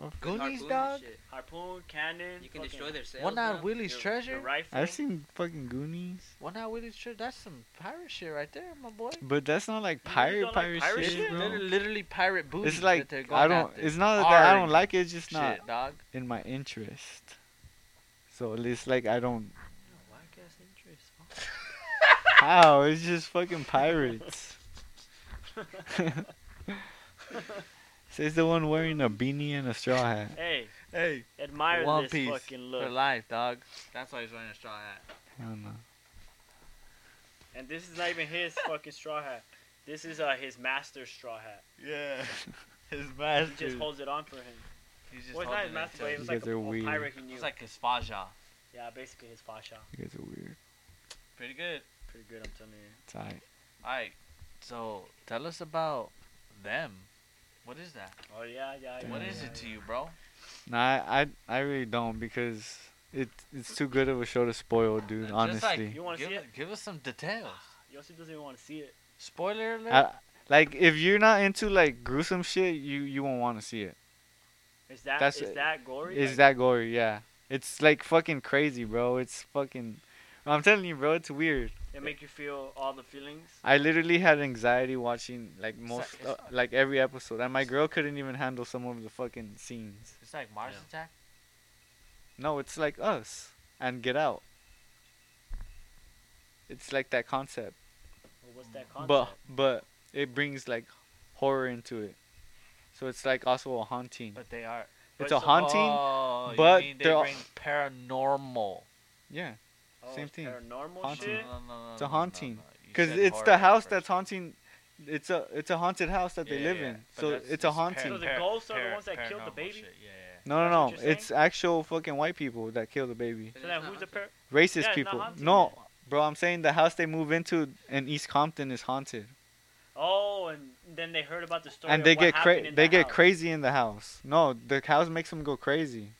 With
Goonies,
harpoon and
dog.
shit.
harpoon, cannon.
You
fucking
can destroy their sails.
One Eyed
bro.
Willie's
the-
treasure.
The rifle.
I've seen fucking Goonies,
One Eyed Willie's treasure. That's some pirate shit right there, my boy.
but that's not like
You really
pirate
don't like
pirate,
pirate
shit,
shit?
It's
bro.
literally, literally pirate booty.
It's like
that they're going
I don't.
after.
It's not that I don't
Orange
like it. It's just
shit,
not
dog.
in my interest. So it's like I don't.
Whack ass interest.
How it's just fucking pirates. Says the one wearing a beanie and a straw hat.
Hey,
Hey,
admire
One
this
Piece
fucking
for
look.
life, dog. That's why he's wearing a straw hat.
I don't know.
And this is not even his fucking straw hat. This is uh, his master's straw hat.
Yeah. His
He
master.
just holds it on for him.
He's just
Well, it's not
holding
his master,
it
but
to him.
it was like
You guys are
a, a
weird.
pirate he knew.
It's like his faja.
yeah, basically his fascia.
You guys are weird.
Pretty good.
Pretty good, I'm telling you.
It's alright.
Alright, so tell us about them. What is that?
Oh yeah, yeah. yeah
What
Yeah,
is
yeah,
it to
yeah.
you, bro?
Nah, I, I I really don't because it it's too good of a show to spoil, dude.
Just
honestly,
like,
You wanna
give,
see it?
Give us some details.
Yossi doesn't even want to see it.
Spoiler alert.
I, like if you're not into like gruesome shit, you you won't want to see it.
Is that
That's
is
it.
that gory?
It's that gory, yeah. It's like fucking crazy, bro. It's fucking. I'm telling you, bro. It's weird.
It make you feel all the feelings.
I literally had anxiety watching like most,
it's-
uh, like every episode, and my girl couldn't even handle some of the fucking scenes.
it's like Mars
Yeah.
Attack.
No, it's like us and Get Out. It's like that concept.
Well, what's that concept?
but but it brings like horror into it. So it's like also a haunting.
But they are.
but
it's a
so-
haunting.
oh, you
but
mean they
they're all-
bring paranormal.
Yeah,
oh,
same
it's
thing.
Paranormal
Haunting.
shit.
No, no, no,
It's a
no, no,
haunting.
no. You
because
said
it's
horror
the
at
house
first.
that's haunting. It's a it's a haunted house that they
Yeah,
live
yeah,
in.
but
So
that's-
it's a
par-
haunting.
So the ghosts are the
par-
ones that killed the
paranormal
baby?
shit, Yeah, yeah.
no,
that's
no,
what
no.
you're
It's actual fucking white people that kill the baby.
But
So
it's
then
not
who's the
haunted.
par-
Racist
Yeah, it's not
people.
haunted,
No, bro, I'm saying the house they move into in East Compton is haunted,
Oh, and then they heard about the story.
and
of
they
what
get
happened
cra-
in
they
the
get
house.
crazy in the house. No, the house makes them go crazy.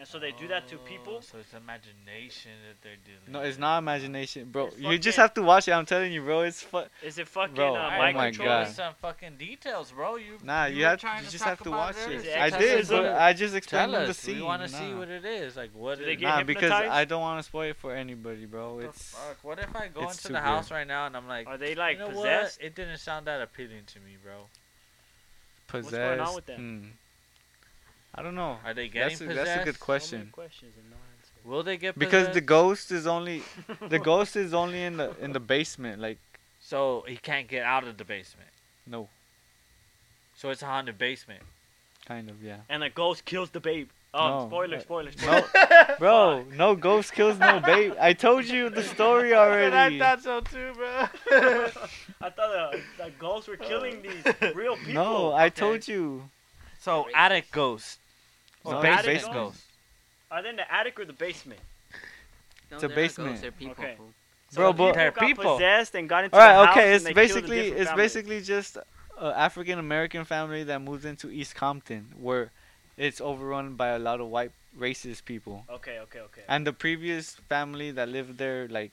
And so they do that to people.
Oh, So it's imagination that they're doing.
No, it's not imagination, bro.
It's
You just
fucking-
have to watch it. I'm telling you, bro. It's fu-
Is it fucking
Bro,
uh,
oh
mind
my
control?
God.
Some fucking details, bro. You
Nah, you,
you were
have
trying
you
to
just
talk
have to
about
watch
it
it.
earlier.
I
Tell
did,
us
but
what-
I just explained
Tell
them the
us.
scene.
We want to see
nah.
what it is. Like what?
Do they
it-
get
Nah, because
hypnotized?
I don't want to spoil it for anybody, bro.
what the
It's
fuck? What if I go
it's
into
too
the house right now and I'm like,
Are they like
you know
possessed?
what? It didn't sound that appealing to me, bro.
possessed.
going on with
Hmm. I don't know.
Are they getting
That's a,
possessed?
that's a good
So many
question.
questions and no answers.
Will they get
Because the
possessed?
ghost is only the ghost is only in the in the basement. Like
So he can't get out of the basement.
No,
So it's a haunted basement.
kind of, yeah.
And the ghost kills the babe. Oh,
No,
spoiler,
uh,
spoiler, spoiler.
No, bro, no ghost kills no babe. I told you the story already.
so too, bro.
I thought the, the ghosts were killing these real people.
No, I told you.
so attic ghost.
Oh,
Or
no,
basement,
basement.
ghost.
Are they in the attic or the basement?
No,
It's
they're
a
not
basement.
Ghosts, they're people.
Okay.
fool.
Bro,
the
but-
They're
got
people.
possessed and got into
All
the
right,
house
okay.
and
It's
they killed the
basically
different
it's
families.
basically just an African American family that moves into East Compton, where it's overrun by a lot of white racist people.
Okay, okay, okay.
And the previous family that lived there, like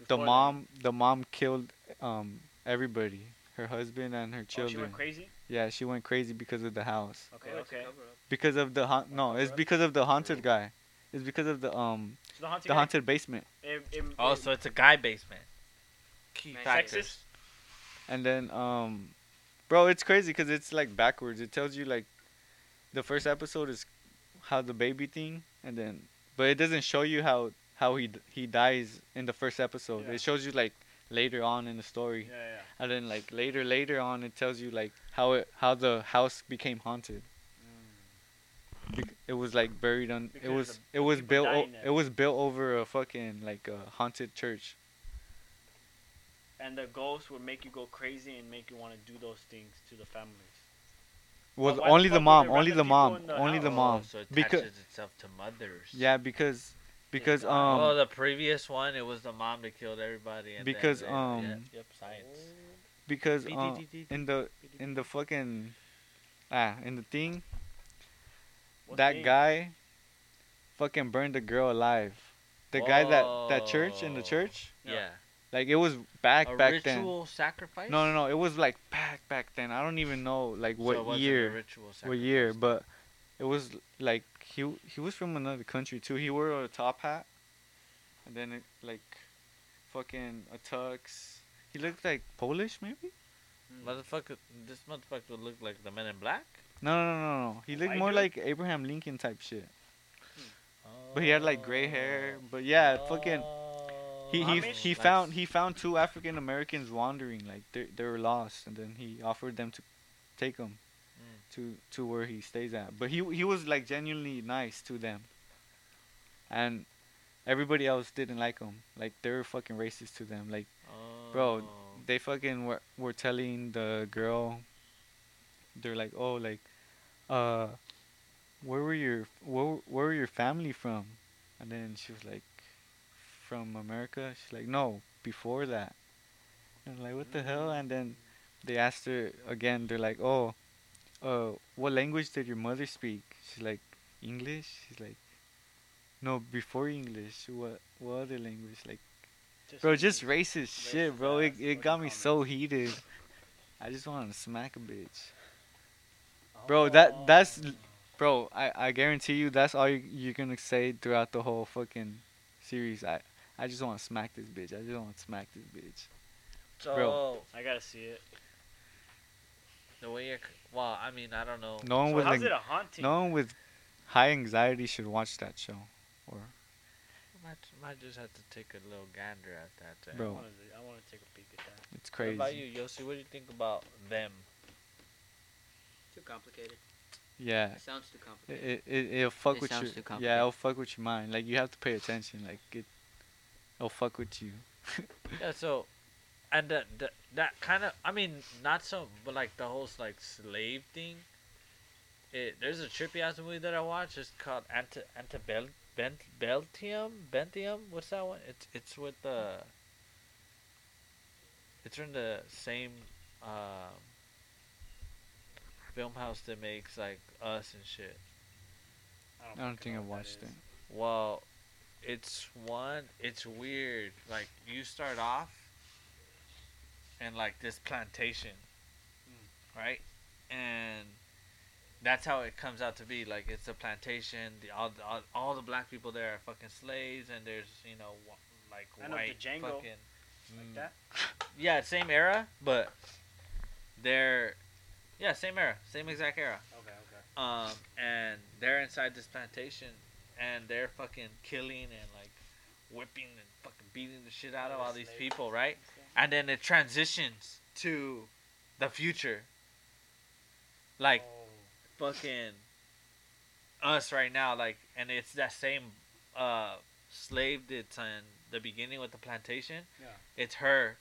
the
Before Oh,
mom, the mom killed um everybody, her husband and her
Oh, she
children.
went crazy.
yeah, she went crazy because of the house,
Okay,
Oh, it's a
okay.
cover-up.
because of the haunt.
Oh,
No, it's because of the haunted guy. It's because of the um
So the haunted.
the
guy-
haunted basement.
It, it,
Oh,
it-
so it's a guy basement.
Key
Man,
factor.
sexist.
And then, um, bro, it's crazy because it's like backwards. It tells you like the first episode is how the baby thing, and then, but it doesn't show you how how he d- he dies in the first episode.
Yeah.
It shows you like later on in the story,
Yeah, yeah. yeah.
and then like later later on it tells you like how it how the house became haunted. Bec- It was like buried on.
Mm. Because
it was
the-
it was
people
built. O-
dying there.
it was built over a fucking like a haunted church.
And the ghosts would make you go crazy and make you want to do those things to the families.
Well,
why the
only
fuck
the
were
mom.
there
Only the
random people
mom.
in the
Only the
house?
mom.
Oh, so it attaches
Because
itself to mothers.
Yeah, because because
Oh, well,
um
the previous one it was the mom that killed everybody. And then
Because,
they-
um,
yeah, yep, science.
because
Dee, dee,
uh,
dee, dee, dee,
in the
dee, dee.
in the fucking ah in the thing
What
that
thing?
guy fucking burned the girl alive. The guy that that church in the
Whoa.
church
Yeah.
like it was back
A
back
ritual sacrifice.
then. No, no, no. It was like back back then. I don't even know like
So
what
it wasn't a
year,
ritual
what year,
sacrifice.
but it was like he w- he was from another country too. He wore a top hat, and then it, like fucking a tux. He looked like Polish maybe.
Motherfucker, this motherfucker looked like the Men in Black.
No, no, no, no. He looked
White
more
dude?
like Abraham Lincoln type shit. But he had like gray hair. But yeah, fucking. He he,
Amish?
he found he found two African Americans wandering like they they were lost, and then he offered them to take them
Mm.
to to where he stays at. But he he was like genuinely nice to them, and everybody else didn't like him. Like they were fucking racist to them. Like
Oh.
Bro, they fucking were, were telling the girl they're like oh like uh where were your where, were- where were your family from and then she was like from america she's like no before that and I'm like what the hell and then they asked her again they're like oh uh what language did your mother speak she's like english she's like no before english what what other language like Bro, just racist shit,
Racist
bro. It,
ass
it got me
fucking
so heated. I just want to smack a bitch.
Oh,
Bro, that that's bro, I, I guarantee you that's all you, you're going to say throughout the whole fucking series. I I just want to smack this bitch. I just want to smack this bitch.
so
bro.
I gotta see it.
the way you're, c- well, I mean, I don't know.
No one
So
with
how's
like,
it a haunting?
no one with high anxiety should watch that show. Or
Might, might just have to take a little gander at that. Then.
I
bro,
wanna, I wanna take a peek at that.
it's
What about
crazy.
you, Yossi? What do you think about them?
Too complicated.
Yeah.
It sounds too complicated.
It, it, it'll fuck
It
with
sounds
your
too
yeah
complicated.
it'll fuck with your mind like you have to pay attention like it it'll fuck with you
Yeah, so, and the, the, that kind of, I mean, not so, but like the whole like slave thing. It there's a trippy ass movie that I watched. It's called Ante Antebel Bent Beltium Bentium. What's that one? It's it's with the. It's in the same, um, film house that makes like Us and shit.
I
fucking
don't think
know
I've
what that
watched
is.
it
Well, it's one. It's weird. Like you start off in like this plantation,
Mm.
right? And that's how it comes out to be. Like it's a plantation. The all the, all, all the black people there are fucking slaves, and there's you know wh- like
I know the
white
Django.
fucking
Like
Mm.
that?
yeah same era, but they're yeah same era, same exact era
Okay, okay.
um, and they're inside this plantation, and they're fucking killing and like whipping and fucking beating the shit out of all these people, right? and then it transitions to the future. Like
oh,
fucking us right now, like, and it's that same uh slave that's in the beginning with the plantation.
Yeah.
It's her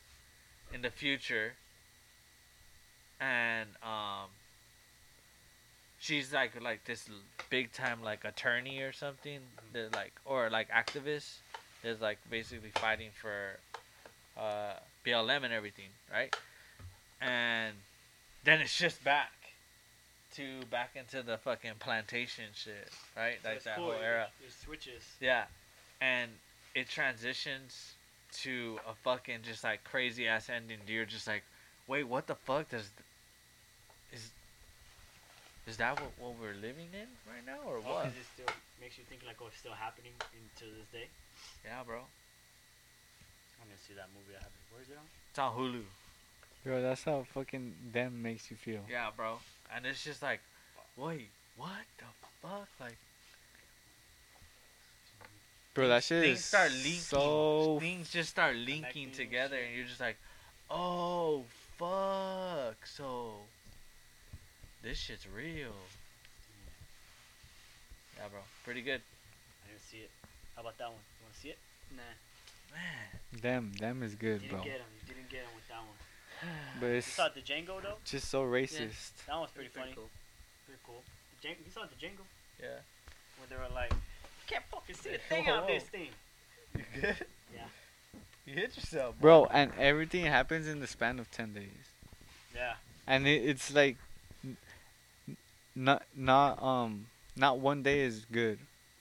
in the future, and um, she's like like this big time like attorney or something. That like or like activist that's like basically fighting for uh BLM and everything, right? And then it's just back to back into the fucking plantation shit, right? Like that whole era.
There's switches.
Yeah, and it transitions to a fucking just like crazy ass ending. You're just like, wait, what the fuck does? Is is that what, what we're living in right now or
Oh, 'cause
what?
it still makes you think like, oh, it's still happening until this day.
Yeah, bro.
I'm gonna see that movie. I haven't. Where's it on?
It's on Hulu.
Bro, that's how fucking them makes you feel.
Yeah, bro. And it's just like, wait, what the fuck? Like
Bro, that shit
things
is
start linking.
so
things just start linking
connecting and
together,
shit.
and you're just like, oh fuck. So this shit's real. Yeah, bro. Pretty good.
I didn't see it. How about that one? You wanna see it?
Nah.
Man.
them them is good,
You
bro.
didn't get him. You didn't get him with that one.
But
You
it's
saw the Django though.
just so racist.
That one's pretty
Pretty
funny.
cool.
Pretty cool. The Django. You saw the Django
Yeah.
when they were like, you can't fucking see a thing
Whoa.
out this thing.
You good?
Yeah.
You hit yourself,
Bro, and everything happens in the span of 10 days.
Yeah.
And it, it's like n- n- not not um not one day is good.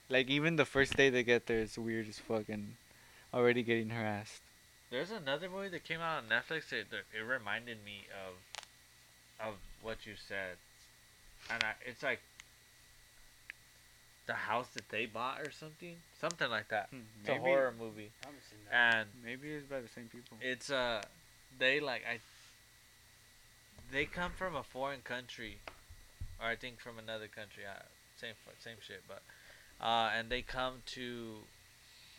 Like even the first day they get there it's weird as fuck and already getting harassed.
There's another movie that came out on Netflix. It it reminded me of of what you said, and I, it's like the house that they bought or something, something like that. It's a horror movie,
I haven't seen that.
and
maybe it's by the same people.
it's uh they like I they come from a foreign country, or I think from another country. I, same fu- same shit, but uh, and they come to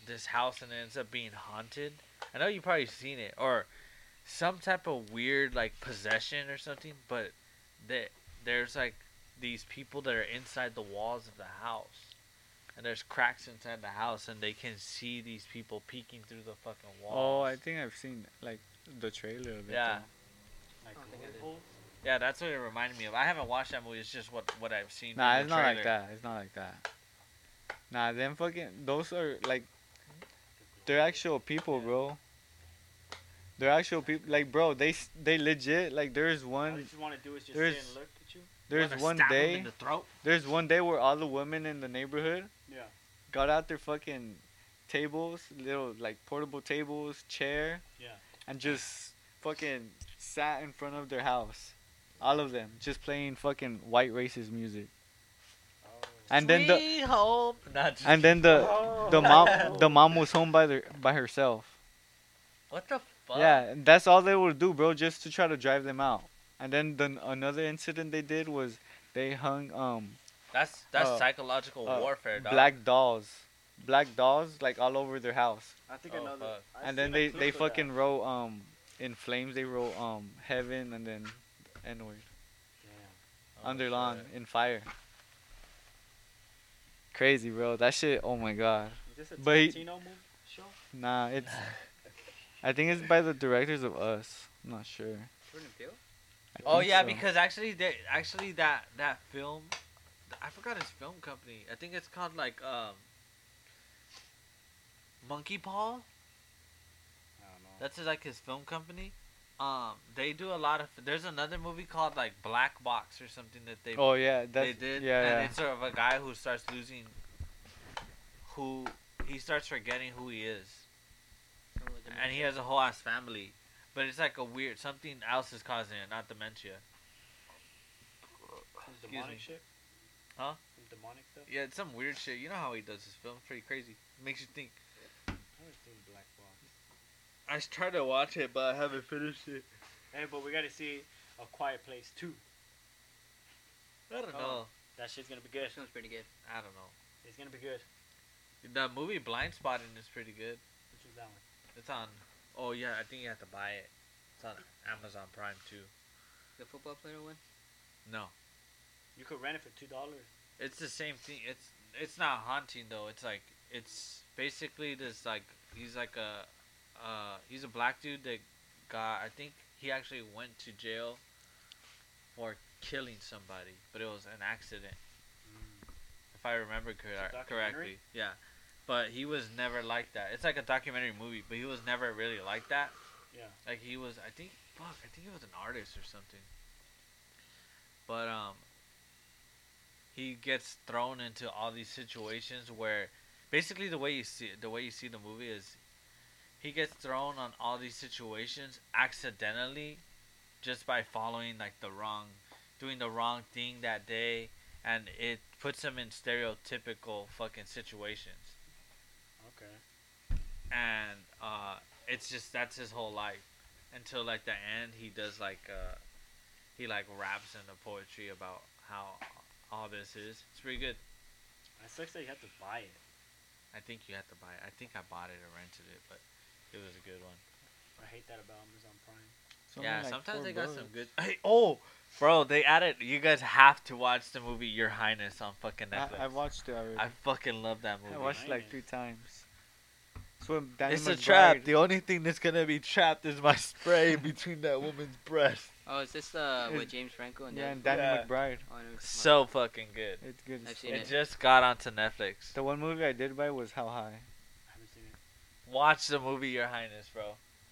this house and it ends up being haunted. I know you probably seen it or some type of weird like possession or something, but that there's like these people that are inside the walls of the house. And there's cracks inside the house, and they can see these people peeking through the fucking
Oh,
walls.
I think I've seen like the trailer of it.
Yeah. Ah.
I
Like
don't think I did.
Whirlpool?
Yeah, that's what it reminded me of. I haven't watched that movie. It's just what what I've seen.
Nah,
from
it's
the
not like
trailer.
that. It's not like that. Nah, them fucking those are like they're actual people, bro. They're actual people. Like, bro, they s- they legit. Like, there's
All
one
you just want to do is just
there's-
sit and look at you.
there's
Wanna
one
stab 'em
day
in the throat.
there's one day where all the women in the neighborhood
Yeah.
got out their fucking tables, little like portable tables, chair,
Yeah.
and just fucking sat in front of their house. All of them just playing fucking white racist music.
Oh.
And then the
Sweet home. Not just
and then the
Oh.
the mom the mom was home by the by herself.
what the fuck?
Yeah, and that's all they would do, bro, just to try to drive them out. And then the, another incident they did was they hung um
that's that's
Uh,
psychological
uh,
warfare, dog.
black dolls, black dolls like all over their house.
I think
Oh,
I know that.
fuck.
I've
and
seen
then
a
they
clip
they
of that.
fucking wrote um in flames they wrote um heaven and then N word
Damn.
Oh,
under lawn
shit.
in fire. Crazy, bro. That shit. Oh my god.
Is this a
But he-
Tarantino movie show?
Nah, it's. I think it's by the directors of Us. I'm not sure.
Jordan Peele?
I
Oh
think
yeah,
so.
because actually, they, actually that that film, I forgot his film company. I think it's called like um. Monkey Paw.
I don't know.
That's his, like his film company. Um, they do a lot of. There's another movie called like Black Box or something that they
Oh yeah, that's,
they did,
Yeah,
and
yeah.
it's sort of a guy who starts losing, who he starts forgetting who he is,
Someone with
and he
dementia.
has a whole ass family, but it's like a weird something else is causing it, not dementia.
Some
Excuse
demonic
me.
shit?
Huh?
Some demonic stuff?
Yeah, it's some weird shit. You know how he does his films, pretty crazy. Makes you think.
I was thinking Black Box.
I s- tried to watch it, but I haven't finished it.
Hey, but we gotta see A Quiet Place 2.
I don't
Oh.
know.
That shit's gonna be good.
This one's pretty good.
I don't know.
It's gonna be good.
The movie Blind Spotting is pretty good.
Which is that one?
It's on Oh yeah, I think you have to buy it. It's on Amazon Prime too.
The football player one?
No,
You could rent it for two dollars.
it's the same thing. It's it's not haunting though. It's like it's basically this like he's like a uh he's a black dude that got I think he actually went to jail for killing somebody, but it was an accident. if I remember
It's a
cor-
documentary?
correctly. Yeah, but he was never like that. It's like a documentary movie, but he was never really like that.
Yeah.
Like he was, I think, fuck, I think he was an artist or something. But um, he gets thrown into all these situations where, basically, the way you see the way you see the movie is, he gets thrown on all these situations accidentally, just by following like the wrong, doing the wrong thing that day and it puts him in stereotypical fucking situations.
Okay.
And uh, it's just that's his whole life until like the end. He does like uh, he like raps in the poetry about how all this is. It's pretty good.
It sucks that you have to buy it.
I think you have to buy it. I think I bought it or rented it, but it was a good one.
I hate that about Amazon Prime.
It's only
yeah,
like
sometimes
four
they got some good.
bucks.
Hey, oh, bro, they added. You guys have to watch the movie Your Highness on fucking Netflix.
I, I watched it already.
I fucking love that movie.
I watched it like
Minus.
three times. It's when Danny
it's a
McBride-
trap. The only thing that's gonna be trapped is my spray between that woman's breast.
Oh, is this uh, with
It's-
James Franco and
yeah,
that?
and Danny
Yeah.
McBride.
Oh, I know which one.
So fucking good.
It's good.
I've
as
seen
fuck.
It
it.
just got onto Netflix.
The one movie I did buy was How High.
I haven't seen it.
Watch the movie, Your Highness, bro.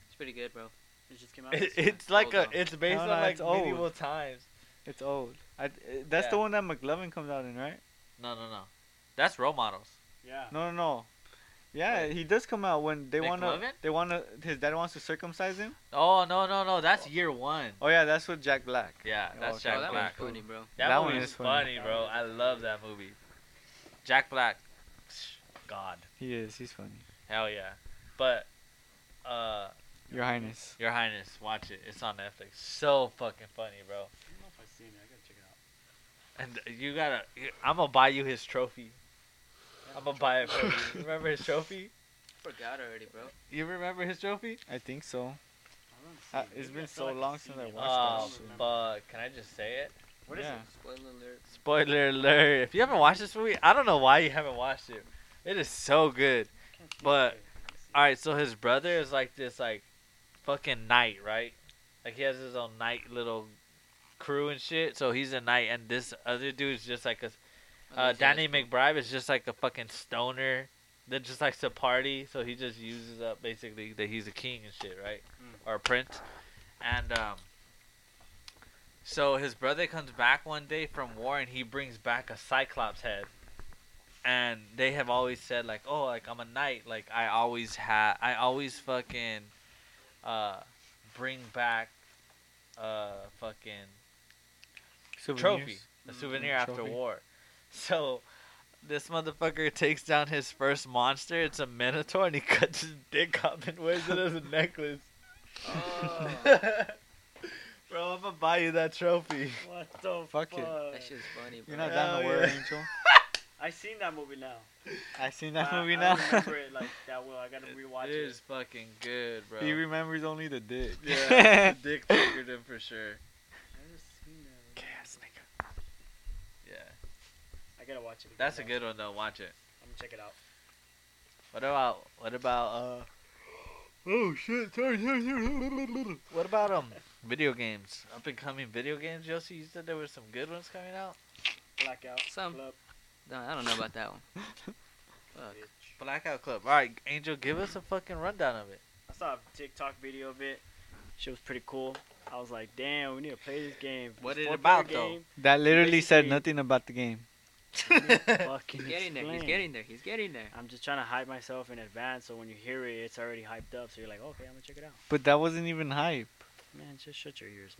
it's pretty good, bro.
It just came out.
It,
this year.
it's like
Hold
a.
on.
It's based
No,
on
no,
like
it's old.
medieval times.
It's old. I, uh, that's the
Yeah.
one that McLovin comes out in, right?
No, no, no. That's role models.
Yeah.
No, no, no. Yeah, he does come out when they want to.
McLovin?
They want to. His dad wants to circumcise him.
Oh no, no, no. That's year one.
Oh yeah, that's with Jack Black.
Yeah,
Oh,
that's
okay.
Jack
oh, that one's
Black.
funny, bro.
That,
That
movie
one
is
is funny.
funny, bro. I love that movie. Jack Black. God.
He is. He's funny.
Hell yeah. But. Uh.
Your Highness.
Your Highness, watch it. It's on Netflix. So fucking funny, bro.
I don't know if I've seen it. I gotta check it out.
And you gotta, I'm gonna buy you his trophy. I'm gonna buy it for you. Remember his trophy?
Forgot already, bro.
You remember his trophy?
I think so.
I don't
Uh,
see
it's
Maybe
been
I feel
so
like I've
long
seen
since I
it, but
watched
I
that
Oh
don't
shit.
remember.
fuck! Can I just say it?
What is
yeah.
it?
Spoiler alert.
Spoiler alert! If you haven't watched this movie, I don't know why you haven't watched it. It is so good.
I can't see
But-
it. Let me see.
All right, so his brother is like this, like, fucking knight, right? Like he has his own knight little crew and shit. So he's a knight, and this other dude's just like a Uh,
Unless you
Danny
guys-
McBride is just like a fucking stoner that just likes to party, so he just uses up basically that he's a king and shit, right? Or a prince. And um so his brother comes back one day from war and he brings back a cyclops head. And they have always said like, "Oh, like I'm a knight, like I always have I always fucking uh bring back uh fucking trophy, a
Mm,
souvenir
mm,
after
trophy.
war. So this motherfucker takes down his first monster. It's a minotaur, and he cuts his dick off and wears it as a necklace.
Oh,
Bro, I'm gonna buy you that trophy.
What the
Fuck
fuck?
it.
that shit's funny, bro.
You're not
Hell
down to worry,
yeah.
Angel.
I seen that movie now.
I seen that
I,
movie
I
now.
remember it like that well. I gotta rewatch
it
it.
is fucking good, bro.
he remembers only the dick.
yeah, the dick triggered him for sure.
I never seen that.
Yes, nigga.
Yeah,
I gotta watch it. Again
that's a
now.
good one though. Watch it.
I'm gonna check it out.
What about what about uh? Oh shit! Sorry, sorry, sorry. What about um video games? Up and coming video games, Josie. You said there were some good ones coming out.
Blackout.
Some-
Club.
No, I don't know about that one. Fuck.
Blackout Club. All right, Angel, give us a fucking rundown of it.
I
I saw a TikTok video of it. Shit was pretty cool. I was like, damn, we need to play this game.
What
This
it
four-player
about, though?
game.
That literally said
Basically-
nothing about the game.
Fucking
He's getting there. He's
explain.
getting there. He's getting there.
I'm just trying to hype myself in advance, so when you hear it, it's already hyped up. So you're like, okay, I'm gonna check it out.
But that wasn't even hype.
Man, just shut your ears,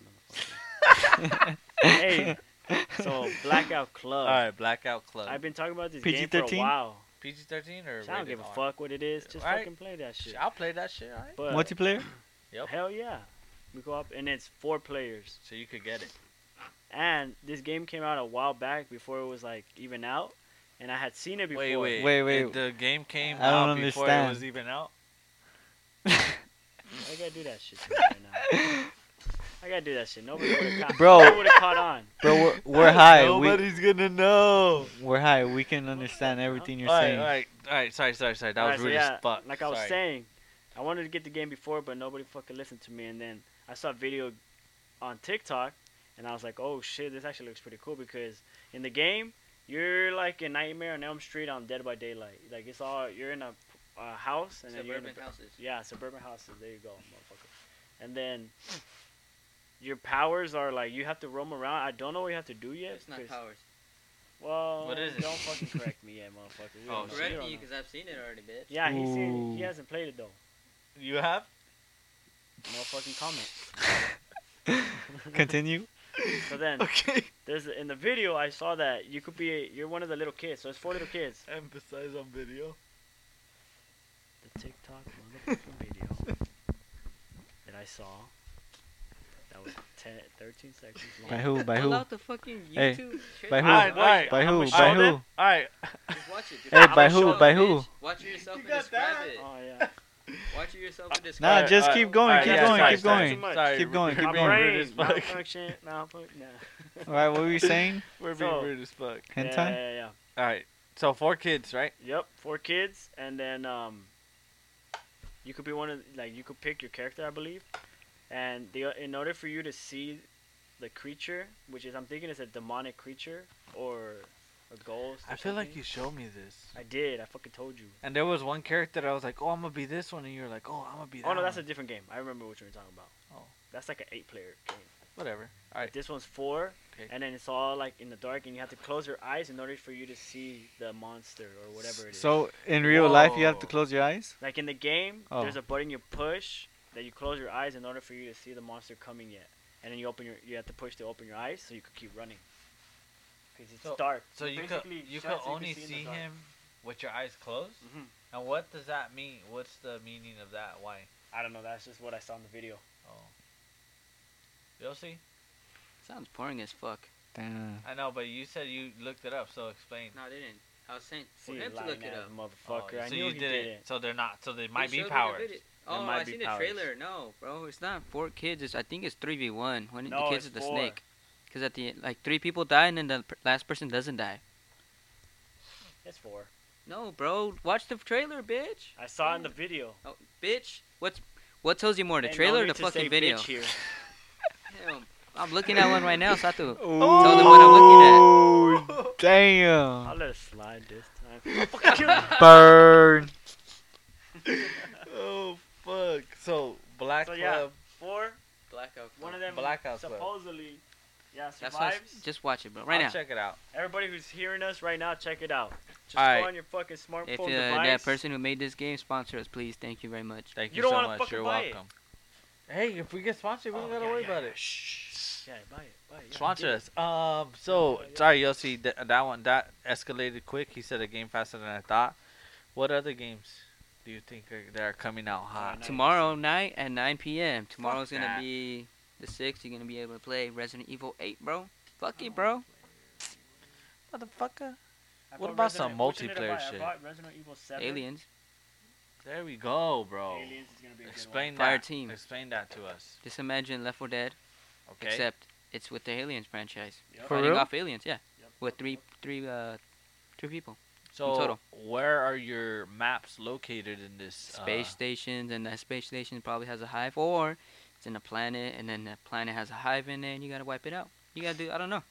motherfucker. hey, so Blackout Club.
All right, Blackout Club.
I've been talking about this game for a
PG-13?
while.
PG thirteen or?
So I don't
rated
give a
R?
fuck what it is. Just
Alright.
fucking play that shit.
I'll play that shit. All right.
But
Multiplayer?
Yep.
hell yeah, we go up and it's four players.
So you could get it.
And this game came out a while back before it was like even out, and I had seen it before.
Wait, wait,
Wait, wait.
It- The game came
I don't
out before it
understand.
was even out.
I gotta do that shit to me right now. I gotta do that shit. Nobody would have caught.
Bro.
Nobody would have caught on.
Bro, we're, we're high. We,
Nobody's gonna know.
we're high. We can understand everything you're
all right,
saying.
all right, all right. Sorry, sorry, sorry. That
Alright,
was
so
rude
yeah,
as fuck.
Like I was
Sorry.
saying, I wanted to get the game before, but nobody fucking listened to me. And then I saw a video on TikTok, and I was like, oh shit, this actually looks pretty cool because in the game, you're like in Nightmare on Elm Street on Dead by Daylight. Like it's all you're in a, a house, and then you're in a,
Suburban houses.
yeah, suburban houses. There you go, motherfucker. And then your powers are like you have to roam around. I don't know what you have to do yet.
It's not
'cause-
powers.
Well,
What is it?
Don't fucking correct me yet, motherfucker. We
Oh,
don't know. We
Correct
don't
me,
know.
because I've seen it already, bitch.
Yeah, he seen,
Ooh.
he hasn't played it though.
You have?
No fucking comment.
Continue.
So then
Okay.
there's in the video I saw that you could be you're one of the little kids. So it's four little kids.
Emphasize on video.
The TikTok motherfucking video that I saw that was 10, 13 seconds
By
long.
who? By
Pull
who?
out the fucking
Hey,
YouTube. shit.
by who?
Alright,
Well,
alright.
By
I'ma
who?
show
By
them.
who?
All right.
Just watch it. dude.
Hey,
I'ma
by
show
who?
it,
By who?
bitch. Watch it yourself
You
and
got
describe
that?
it.
Oh yeah.
Watch it yourself and describe
Nah,
it.
just
Alright,
keep going.
alright,
keep
yeah,
going.
sorry,
keep
sorry,
going.
sorry.
Sorry,
Keep going,
we're
keep
being
My
going.
rude
brain
as fuck.
malfunction. malfunction. Nah.
All right, what were you saying?
We're being
So-
rude as fuck.
Yeah,
Hentai?
yeah, yeah, yeah.
All right. So four kids, right?
Yep, four kids, and then um, you could be one of like you could pick your character, I believe, and the in order for you to see the creature, which is I'm thinking is a demonic creature or a ghost. or
I feel like
something.
you showed me this.
I did. I fucking told you.
And there was one character that I was like, "Oh, I'm gonna be this one," and you're like, "Oh, I'm gonna be that."
Oh no, that's a
one."
different game. I remember what you were talking about.
Oh.
That's like an eight-player game.
whatever. All right.
This one's four,
Okay.
and then it's all like in the dark, and you have to close your eyes in order for you to see the monster or whatever it is.
So in real life, you have to
Whoa.
close your eyes.
Like in the game,
Oh.
there's a button you push that you close your eyes in order for you to see the monster coming yet. And then you open your, you have to push to open your eyes so you could keep running. Cause it's
So-
dark.
So you could
Basically,
you
shots
could only
you can see in the
see
dark.
him with your eyes closed.
Mhm.
And what does that mean? What's the meaning of that? Why?
I don't know. That's just what I saw in the video.
Oh. You'll see.
Sounds boring as fuck.
Damn.
I know, but you said you looked it up, so explain.
No, I didn't. I was saying for
See,
him to
lying
look it
ass
up.
Oh,
motherfucker. I
so
knew
you
he
did it. So they're not. So they might be
He showed me the
powers.
video. Oh,
might
I
be
seen the
powers.
trailer. No, bro, it's not four kids. It's, I think it's three v one. One of
No,
the kids
it's
is the
four.
snake. Cause at the end, like three people die and then the per- last person doesn't die.
It's four.
No, bro, watch the trailer, bitch.
I saw in the video.
Oh, bitch, what's what tells you more, the
And no
trailer or
need
the
to say
fucking video?
bitch Here.
Damn, I'm looking at one right now, so I have to.
Oh,
the one I'm
looking
I'll
at. Oh, Damn.
let it slide this time. Fucking kill it.
Burn.
Oh fuck! So Black
So, yeah.
Club,
Four.
Blackout.
One of them
Blackout Club.
supposedly, yeah,
That's why.
survives.
Just watch it, bro.
I'll
Right now.
check it out.
Everybody who's hearing us right now, check it out. Just
Alright.
go on your fucking smartphone
If uh,
device.
that person who made this game sponsor us, please, thank you very much.
Thank
You
you,
don't
so
wanna
much.
fucking
You're
buy it.
welcome. Hey, if we get sponsored, we don't
Oh,
gotta
yeah,
worry
yeah,
about
yeah.
it.
Yeah, buy it. Buy it.
Sponsor
yeah,
us. Um. So
Yeah, yeah.
sorry, Yossi. Th- that one that escalated quick. He said a game faster than I thought. What other games do you think are, that are coming
Oh,
out hot?
nice.
Tomorrow night at 9 p.m. Tomorrow's gonna
that.
be the 6th. You're gonna be able to play Resident Evil 8, bro. Fuck
Oh,
it, bro.
Motherfucker.
I
What
bought
about some
which one did I
multiplayer
buy?
shit?
I bought Resident Evil 7.
Aliens.
There we go, bro.
Aliens is gonna be a
Explain
good
that.
Fire team.
Explain that to us.
Just imagine Left 4 Dead,
Okay.
except it's with the Aliens franchise.
one. Yep.
For
Fighting
real?
off aliens, yeah.
Yep.
With three, three, uh, two people.
so
total.
where are your maps located in this uh,
Space stations, and that space station probably has a hive, or it's in a planet, and then the planet has a hive in there, and you gotta wipe it out. You gotta do. I don't know.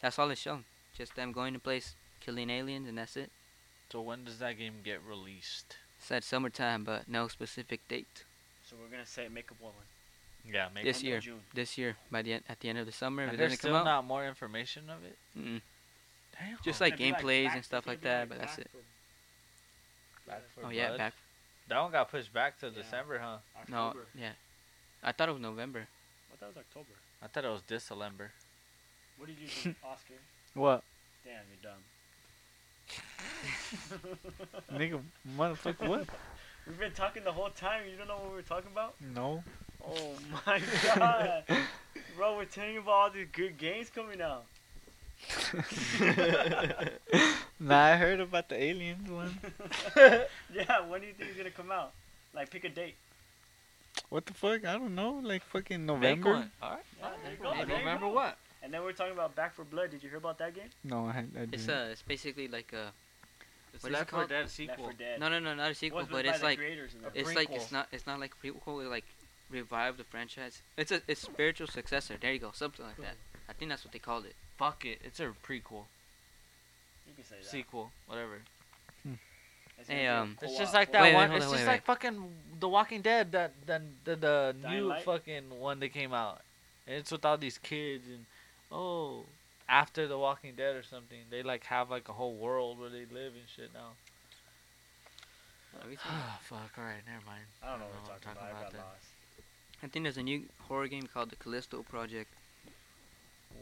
That's all it's shown. Just them going to place, killing aliens, and that's it.
Uh, so when does that game get released?
Said summertime, but no specific date.
So we're gonna say make up one.
Yeah, maybe.
This
End of
year.
June.
this year by the end, at the end of the summer if
And
it
there's
doesn't
still
come out.
not
Mm.
more information of it.
Mm-mm.
Damn.
Just
It's
like
gonna be
gameplays
Back-
and stuff
it's gonna
like
be
that, but that's
Back
it.
for-
Back for
Oh yeah,
Blood?
back.
That one got pushed back to
Yeah.
December, huh?
No,
October.
yeah. I thought it was November.
I thought it was October.
I thought it was December.
What did you do, Oscar?
What?
Damn, you're dumb.
Nigga, motherfucker, what?
We've been talking the whole time. You don't know what we were talking about?
No.
Oh my god, bro! We're telling you about all these good games coming out.
Nah, I heard about the aliens one.
Yeah, when do you think it's gonna come out? Like, pick a date.
What the fuck? I don't know. Like fucking
Make
November.
one. All right.
Yeah, there you go,
Maybe.
there you
Remember
go.
what?
And then we're talking about Back for Blood. Did you hear about that game?
No, I, I
It's
didn't.
uh, it's basically like a
It's
What is it
Left 4
called?
Dead
Left
sequel.
4 Dead.
no, no, no, not a
It
sequel,
was
but
by
it's
the
like
creators and
a
that.
it's like
prequel.
it's not it's not like prequel. It like revived the franchise. It's a it's spiritual successor. There you go, something like that. I think that's what they called it.
Fuck it. It's a prequel,
you can say that.
sequel, whatever.
It's gonna be
Hey,
a
um,
It's
co-op.
just like that
Wait, wait,
one.
hold
it's
on,
just
wait,
like fucking The Walking Dead, that that the the
Dying
new
Light?
fucking one that came out. And it's with all these kids and oh, after The Walking Dead or something, they like have like a whole world where they live and shit now.
Are we talking-
Oh fuck! All right, never mind.
I don't know what
No,
we're talking
talking
about. I
about
got
that.
lost.
I think there's a new horror game called the Callisto Project.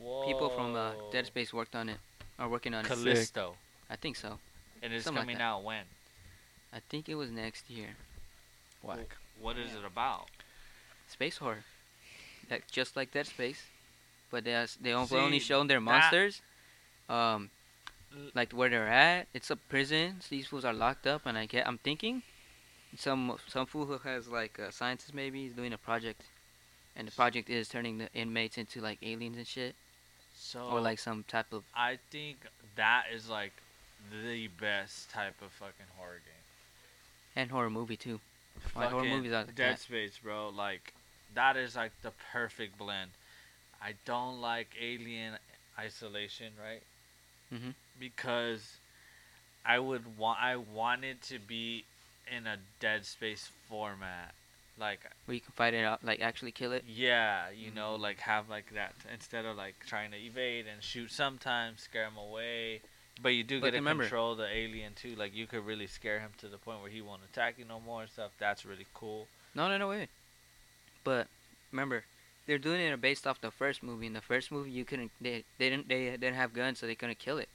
Whoa.
People from uh,
Oh.
Dead Space worked on it, are working on it.
Callisto,
I think so.
and it's
Something like
coming
that.
out when?
I think it was next year.
Whack.
What is
Yeah.
it about?
Space horror, like just like Dead Space, but they has, they only,
See,
only shown their monsters, um,
L-
like where they're at. It's a prison. so these fools are locked up, and I get I'm thinking, some some fool who has like a scientist maybe is doing a project, and the project is turning the inmates into like aliens and shit,
So
or like some type of
I think that is like the best type of fucking horror game.
and horror movie too. Like horror
Fucking
movies are like
Dead
that.
Space, bro. Like that is like the perfect blend. I don't like Alien Isolation, right?
Mhm.
Because I would want I wanted to be in a Dead Space format. Like
where you can fight it out, like actually kill it.
yeah, you know,
Mm-hmm.
like have like that instead of like trying to evade and shoot. Sometimes scare him away, but you do
But
get to
remember-
control the alien too. Like you could really scare him to the point where he won't attack you no more and stuff. That's really cool.
No, no, no, wait. But remember, they're doing it based off the first movie. In the first movie, you couldn't they, they didn't they didn't have guns, so they couldn't kill it.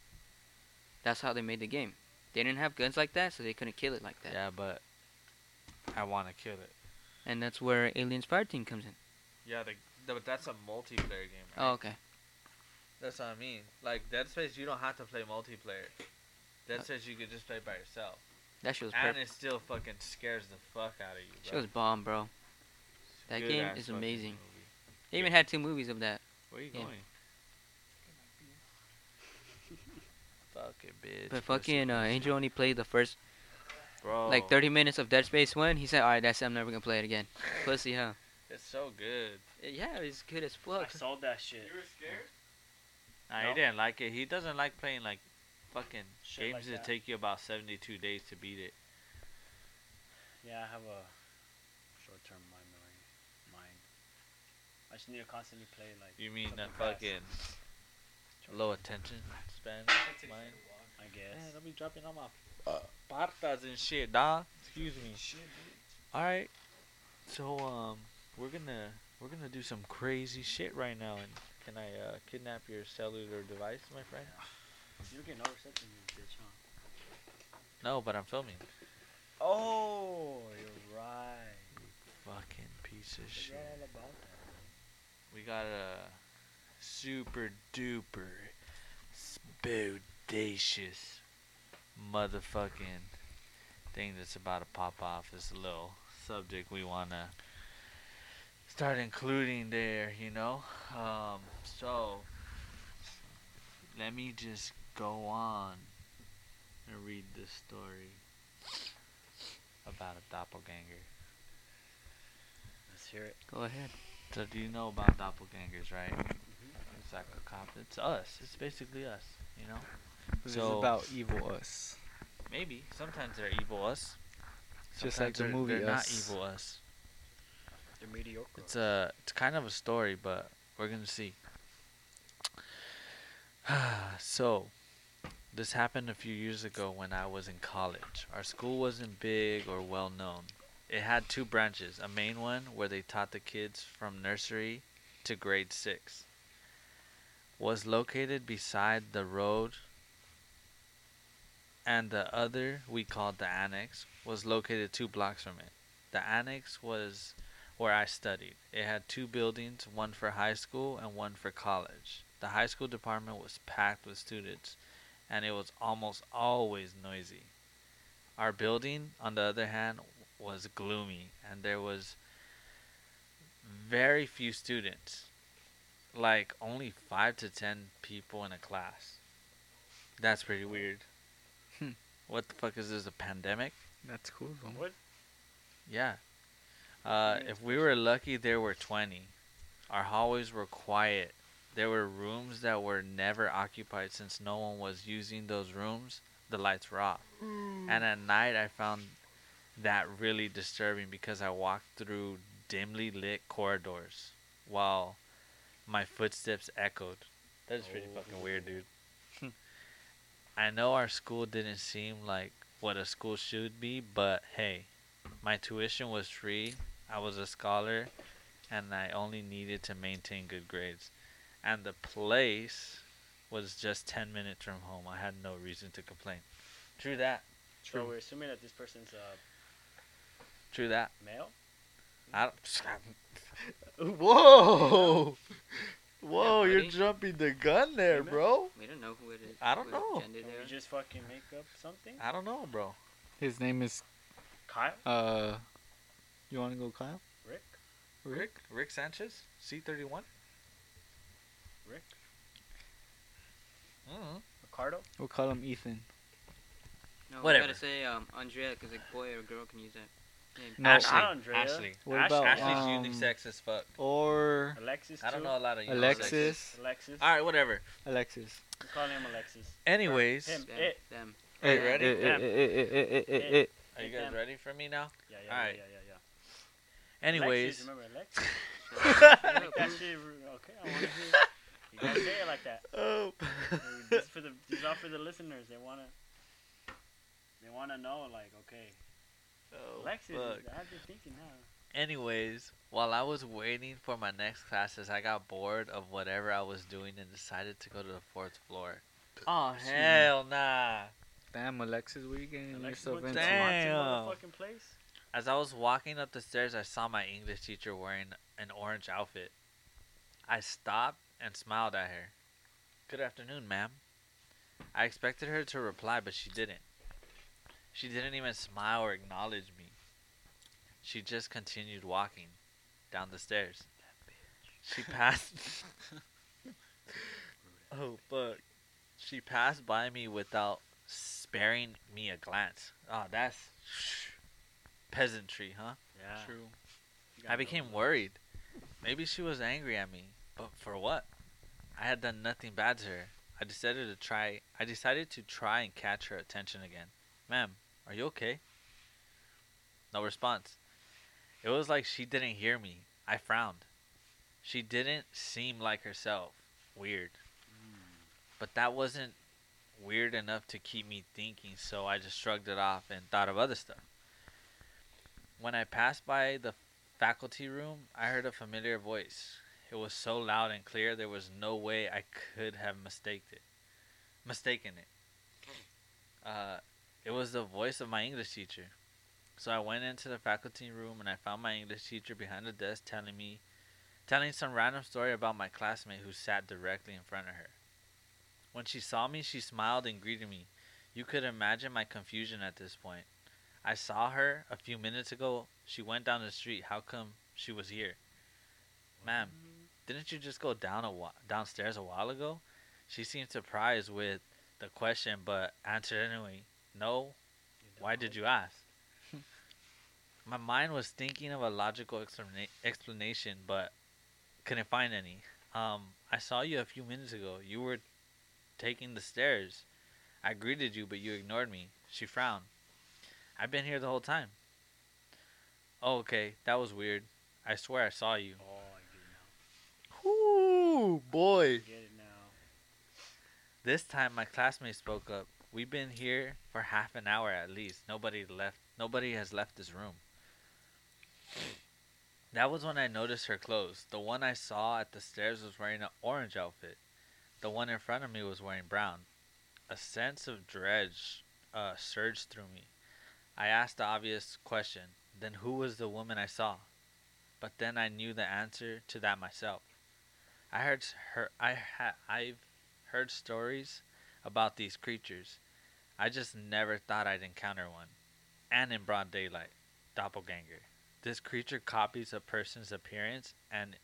That's how they made the game. They didn't have guns like that, so they couldn't kill it like that.
Yeah, but I want to kill it.
And that's where Aliens Fire Team comes in.
Yeah, the, the, but that's a multiplayer game.
Oh, okay.
That's what I mean. Like Dead Space, you don't have to play multiplayer. Dead Space, you could just play by yourself,
That shit Uh, was
and
perfect.
it still fucking scares the fuck out of you.
Shit was bomb, bro. That game is amazing. They even had two movies of that.
Where you
Yeah.
going? fucking bitch.
But
pussy,
fucking uh,
pussy.
Angel only played the first
Bro,
like 30 minutes of Dead Space One. He said, "All right, that's it. I'm never gonna play it again." Pussy, huh?
It's so good.
Yeah, it's good as
I
fuck.
saw that shit.
Nah,
No.
he didn't like it. He doesn't like playing like fucking
Shit like
games that
that.
take you about seventy-two days to beat it.
Yeah, I have a short-term memory. Mind. I just need to constantly play like.
You mean
something
that
fast,
fucking low attention span? Mine.
I guess.
I'll be dropping all my partas and shit, dog. Excuse me. All right. So um, we're gonna we're gonna do some crazy shit right now. And can I uh, kidnap your cellular device, my friend?
You're getting over something, you bitch, huh?
No, but I'm filming.
Oh, you're right.
Fucking piece of
Forgot
shit.
all about that.
We got a super duper spoodacious motherfucking thing that's about to pop off. It's a little subject we want to start including there, you know? Um, so, let me just go on and read this story about a doppelganger.
Let's hear it.
Go ahead.
So do you know about doppelgangers, right? It's like a cop. It's us. It's basically us. You know.
This
So-
is about evil us.
Maybe sometimes they're evil us.
Just like
Sometimes
the
they're-
movie
They're
Us.
not evil us.
They're mediocre.
It's uh, a. It's kind of a story, but we're gonna see. so, this happened a few years ago when I was in college. Our school wasn't big or well known. It had two branches. A main one where they taught the kids from nursery to grade six. Was located beside the road and the other we called the annex was located two blocks from it. The annex was where I studied. It had two buildings, one for high school and one for college. The high school department was packed with students and it was almost always noisy. Our building, on the other hand, was gloomy and there was very few students, like only five to ten people in a class. That's pretty weird.
Hmm.
What the fuck is this? A pandemic?
That's cool though.
What?
Yeah. Uh,
Yeah,
if we were lucky, there were 20. Our hallways were quiet. There were rooms that were never occupied since no one was using those rooms. The lights were off. And at night, I found that really disturbing because I walked through dimly lit corridors while my footsteps echoed. That's pretty fucking weird, dude. I know our school didn't seem like what a school should be, but hey, my tuition was free. I was a scholar, and I only needed to maintain good grades. And the place was just 10 minutes from home. I had no reason to complain. True that. True.
True. So we're assuming that this person's uh,
True that.
male.
I don't. Whoa!
Whoa, you're buddy.
jumping the gun
there,
bro.
We don't know who it is.
I don't
what
know.
gender
Can
they
we
are.
just fucking make up something?
I don't know, bro.
His name is
Kyle,
uh. You want to go, Kyle?
Rick,
Rick? Rick Sanchez? C31?
Rick,
Mm.
Ricardo.
We'll call him Ethan.
No,
Whatever.
We gotta say um, Andrea, because a boy or girl can use that. name.
No.
Ashley.
Not Andrea.
Ashley.
What
Ashley.
about
Ashley's
um,
unisex as fuck.
Or
Alexis.
I don't
too.
know a lot of unisex.
Alexis.
Alexis.
All right, whatever.
Alexis.
We call him Alexis.
Anyways,
Him.
Them.
It.
them.
Are you ready?
Eh, eh, eh, eh, eh, eh, eh, eh, eh.
are you guys
Them.
ready for me now?
Yeah, yeah,
All right.
yeah, yeah, yeah, yeah.
Anyways,
Alexis, remember Alexis? like that
oh,
shit. Okay, I want to hear. You gotta say it like that. This is for the these are for the listeners. They wanna they wanna know like okay, Alexis.
Oh, fuck.
I've been thinking now.
Anyways, while I was waiting for my next classes, I got bored of whatever I was doing and decided to go to the fourth floor. Oh hell nah!
Damn, Alexis, what are you getting
Alexis
yourself
went
into?
to
Damn.
Monty motherfucking place.
As I was walking up the stairs, I saw my English teacher wearing an orange outfit. I stopped and smiled at her. Good afternoon, ma'am. I expected her to reply, but she didn't. She didn't even smile or acknowledge me. She just continued walking down the stairs. She passed. oh, fuck. She passed by me without sparing me a glance. Oh, that's peasantry, huh?
Yeah.
True.
you
I
gotta
became
know.
worried. Maybe she was angry at me, but for what? I had done nothing bad to her. I decided to try. I decided to try and catch her attention again. Ma'am, are you okay? No response. It was like she didn't hear me. I frowned. She didn't seem like herself. Weird.
Hmm.
But that wasn't weird enough to keep me thinking, so I just shrugged it off and thought of other stuff. When I passed by the faculty room, I heard a familiar voice. It was so loud and clear there was no way I could have mistaked it. Mistaken it. Uh, it was the voice of my English teacher. So I went into the faculty room and I found my English teacher behind the desk telling me telling some random story about my classmate who sat directly in front of her. When she saw me, she smiled and greeted me. You could imagine my confusion at this point. I saw her a few minutes ago. She went down the street. How come she was here? Ma'am, didn't you just go down a wa- downstairs a while ago? She seemed surprised with the question, but answered anyway. No. Why did you ask? My mind was thinking of a logical explana- explanation, but couldn't find any. Um, I saw you a few minutes ago. You were taking the stairs. I greeted you, but you ignored me. She frowned. I've been here the whole time. Oh, okay, that was weird. I swear I saw you.
Oh, I get it now.
Ooh, boy.
I get it now.
This time my classmate spoke up. We've been here for half an hour at least. Nobody left. Nobody has left this room. That was when I noticed her clothes. The one I saw at the stairs was wearing an orange outfit. The one in front of me was wearing brown. A sense of dredge uh, surged through me. I asked the obvious question, then who was the woman I saw? But then I knew the answer to that myself. I heard s- her I ha, I've heard stories about these creatures. I just never thought I'd encounter one. And in broad daylight, doppelganger. this creature copies a person's appearance, and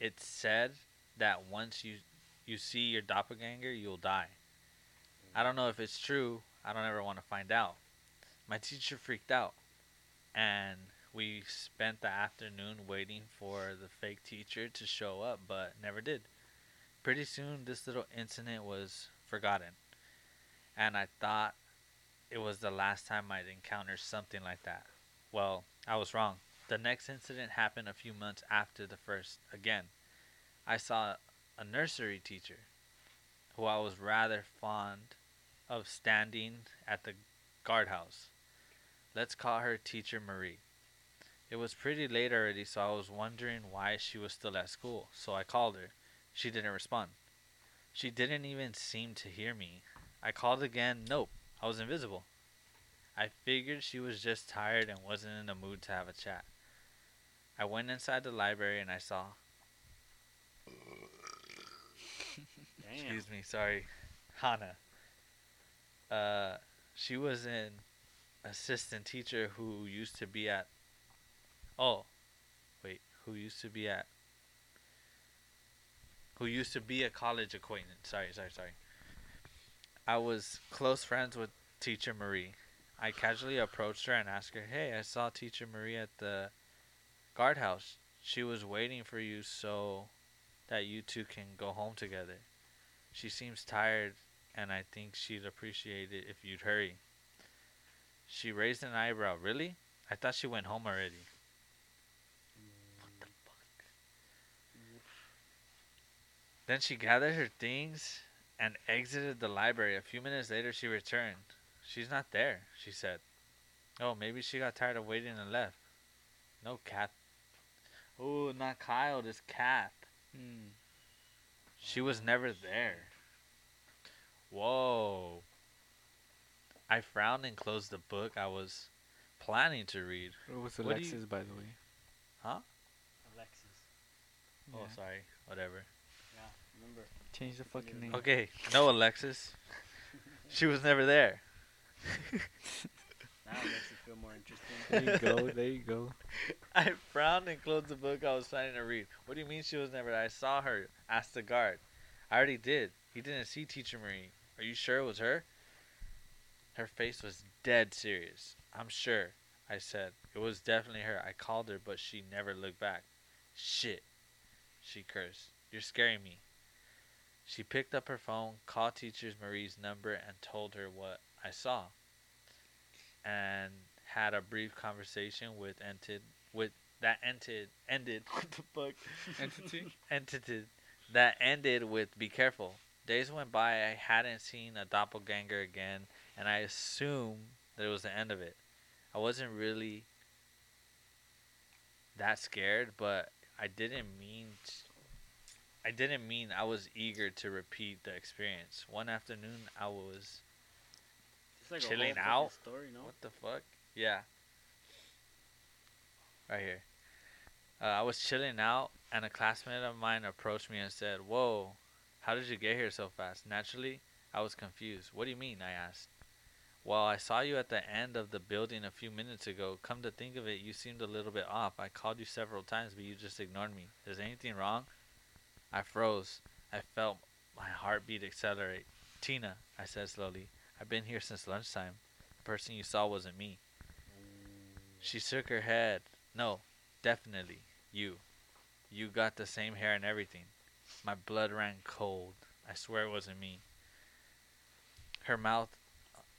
it's said that once you you see your doppelganger, you'll die. I don't know if it's true. I don't ever want to find out. My teacher freaked out, and we spent the afternoon waiting for the fake teacher to show up, but never did. Pretty soon, this little incident was forgotten, and I thought it was the last time I'd encountered something like that. Well, I was wrong. The next incident happened a few months after the first again. I saw a nursery teacher who I was rather fond of standing at the guardhouse. Let's call her Teacher Marie. It was pretty late already, so I was wondering why she was still at school, so I called her. She didn't respond. She didn't even seem to hear me. I called again. Nope, I was invisible. I figured she was just tired and wasn't in the mood to have a chat. I went inside the library and I saw.
Damn.
Excuse me, sorry. Hannah. Uh, she was an assistant teacher who used to be at. Oh, wait. Who used to be at. Who used to be a college acquaintance. Sorry, sorry, sorry. I was close friends with Teacher Marie. I casually approached her and asked her, Hey, I saw Teacher Marie at the guardhouse. She was waiting for you so that you two can go home together. She seems tired, and I think she'd appreciate it if you'd hurry. She raised an eyebrow. Really? I thought she went home already. Then she gathered her things and exited the library. A few minutes later, she returned. She's not there, she said. Oh, maybe she got tired of waiting and left. No, Cat. Oh, not Kyle, this Cat.
Hmm.
She was never there. Whoa. I frowned and closed the book I was planning to read.
It was
What do
Alexis, by the way.
Alexis.
Oh,
Yeah.
sorry. Whatever.
Yeah, remember.
Change the fucking name.
Okay, no, Alexis. She was never there.
Now it makes it feel more interesting.
There you go. There you go.
I frowned and closed the book I was planning to read. What do you mean she was never there? I saw her. Asked the guard. I already did. He didn't see Teacher Marie. Are you sure it was her? Her face was dead serious. I'm sure, I said. It was definitely her. I called her, but she never looked back. Shit, she cursed. You're scaring me. She picked up her phone, called Teacher Marie's number, and told her what I saw. And had a brief conversation with Ented with that ended ended what the fuck
Entity.
entity that ended with be careful. Days went by, I hadn't seen a doppelganger again, and I assumed that it was the end of it. I wasn't really that scared, but I didn't mean t- I didn't mean I was eager to repeat the experience. One afternoon I was
It's like a
Chilling
whole fucking
out?
Story, no?
what the fuck? Yeah. Right here. Uh, I was chilling out, and a classmate of mine approached me and said, Whoa, how did you get here so fast? Naturally, I was confused. What do you mean? I asked. Well, I saw you at the end of the building a few minutes ago. Come to think of it, you seemed a little bit off. I called you several times, but you just ignored me. Is anything wrong? I froze. I felt my heartbeat accelerate. Tina, I said slowly, I've been here since lunchtime person you saw wasn't me. She shook her head. No, definitely you. You got the same hair and everything. My blood ran cold. I swear it wasn't me. Her mouth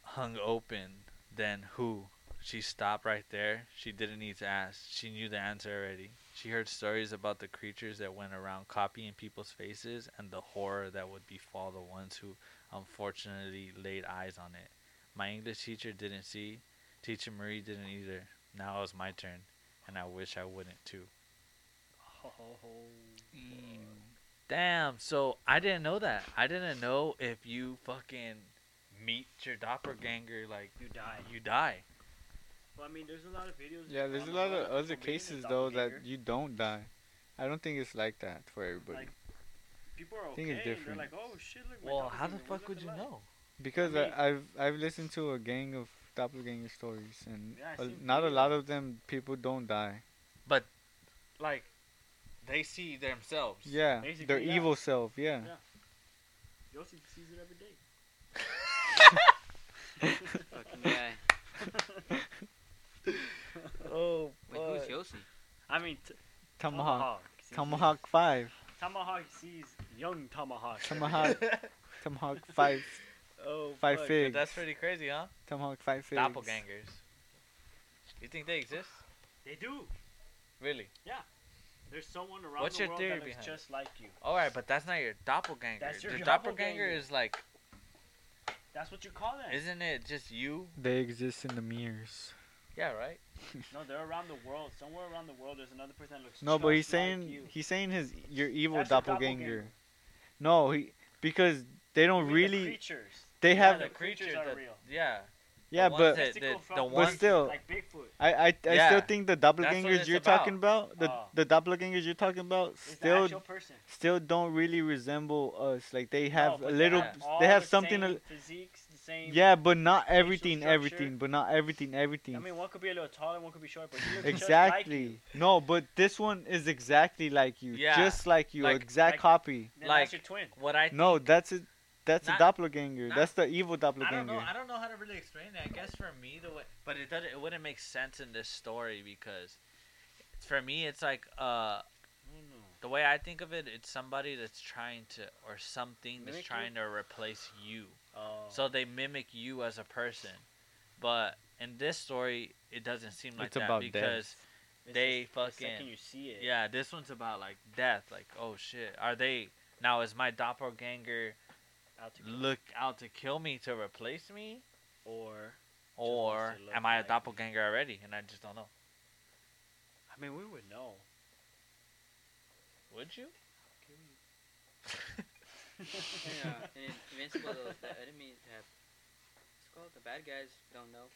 hung open. Then who? She stopped right there. She didn't need to ask. She knew the answer already. She heard stories about the creatures that went around copying people's faces and the horror that would befall the ones who unfortunately laid eyes on it. My English teacher didn't see. Teacher Marie didn't either. Now it was my turn, and I wish I wouldn't too. Damn. So I didn't know that. I didn't know if you fucking meet your doppelganger like
You die.
you die.
Well, I mean, there's a lot of videos.
Yeah, there's a lot of other cases though that you don't die. I don't think it's like that for everybody.
Like, people are okay.
think it's
and they're
different.
like, oh shit, look. my
Well, how the
doppelganger was
fuck would
at
you
the light."
know?
because
I
I
mean-
I've I've listened to a gang of doppelganger stories, and
Yeah, I
a-
seen
not a
videos.
lot of them people don't die.
Like, they see themselves.
Yeah, their
Basically, yeah.
evil self. Yeah.
Yeah. Yossi sees it every day.
Fucking guy.
Oh,
Wait, who's Yossi?
I mean, t-
Tomahawk.
sees it.
Tomahawk Five.
Tomahawk sees young Tomahawk. every
Tomahawk. Tomahawk Five.
oh,
Five
fuck, but
figs.
That's pretty crazy, huh?
Tomahawk Five. Figs.
Doppelgangers. You think they exist?
day. They do.
Really?
There's someone around
What's
the
your
world
theory
that looks
behind it?
just like you.
All right, but that's not your doppelganger.
That's your
the doppelganger.
doppelganger.
is like,
That's what you call that.
isn't it just you?
They exist in the mirrors.
Yeah, right.
No, they're around the world. Somewhere around the world, there's another person that looks.
No, but
just
he's
like
saying
you.
he's saying his your evil
That's a
doppelganger.
doppelganger.
No, he because they
I
don't
mean, the
really.
creatures.
they
Yeah,
have
the
the creatures
creatures are
that-
real.
Yeah.
yeah,
ones that-
but
the-
Mystical
the
fucking
But
creatures,
still-
like Bigfoot.
I I, I
Yeah.
still think the
what
doppelgangers
it's
you're
about.
talking about the
Oh.
the doppelgangers you're talking about
It's the
still
actual person.
still don't really resemble us. Like they have
No,
a
but
little.
have
all
They have
the
something.
Same
a-
physiques, the same.
yeah, but not
facial
everything.
structure.
Everything, but not everything. Everything.
I mean, one could be a little taller, one could be short, but you look Just like
exactly.
you.
No, but this one is exactly like you.
Yeah.
Just like you.
Like-
exact
like-
copy.
Then
Like-
that's your twin.
What I
No, that's a that's
Not-
a doppelganger.
not-
that's the evil
I
doppelganger.
don't know. I don't know how to really explain that. I guess for me the way, but it doesn't. It wouldn't make sense in this story because, for me, it's like uh the way I think of it. It's somebody that's trying to or something that's
Mimic you?
trying to replace you.
Oh.
So they mimic you as a person, but in this story, it doesn't seem like
It's
that
about death.
because
It's
they
just the second
fucking-
you see it.
yeah, this one's about like death. Like oh shit, are they now? Is my doppelganger
out to kill.
look out to kill me to replace me?
Or
Or
wants to look
am I a
like you.
doppelganger already? And I just don't know.
I mean, we would know.
Would you?
Yeah, and Invincible, those, the enemies have. It's called the bad guys don't know.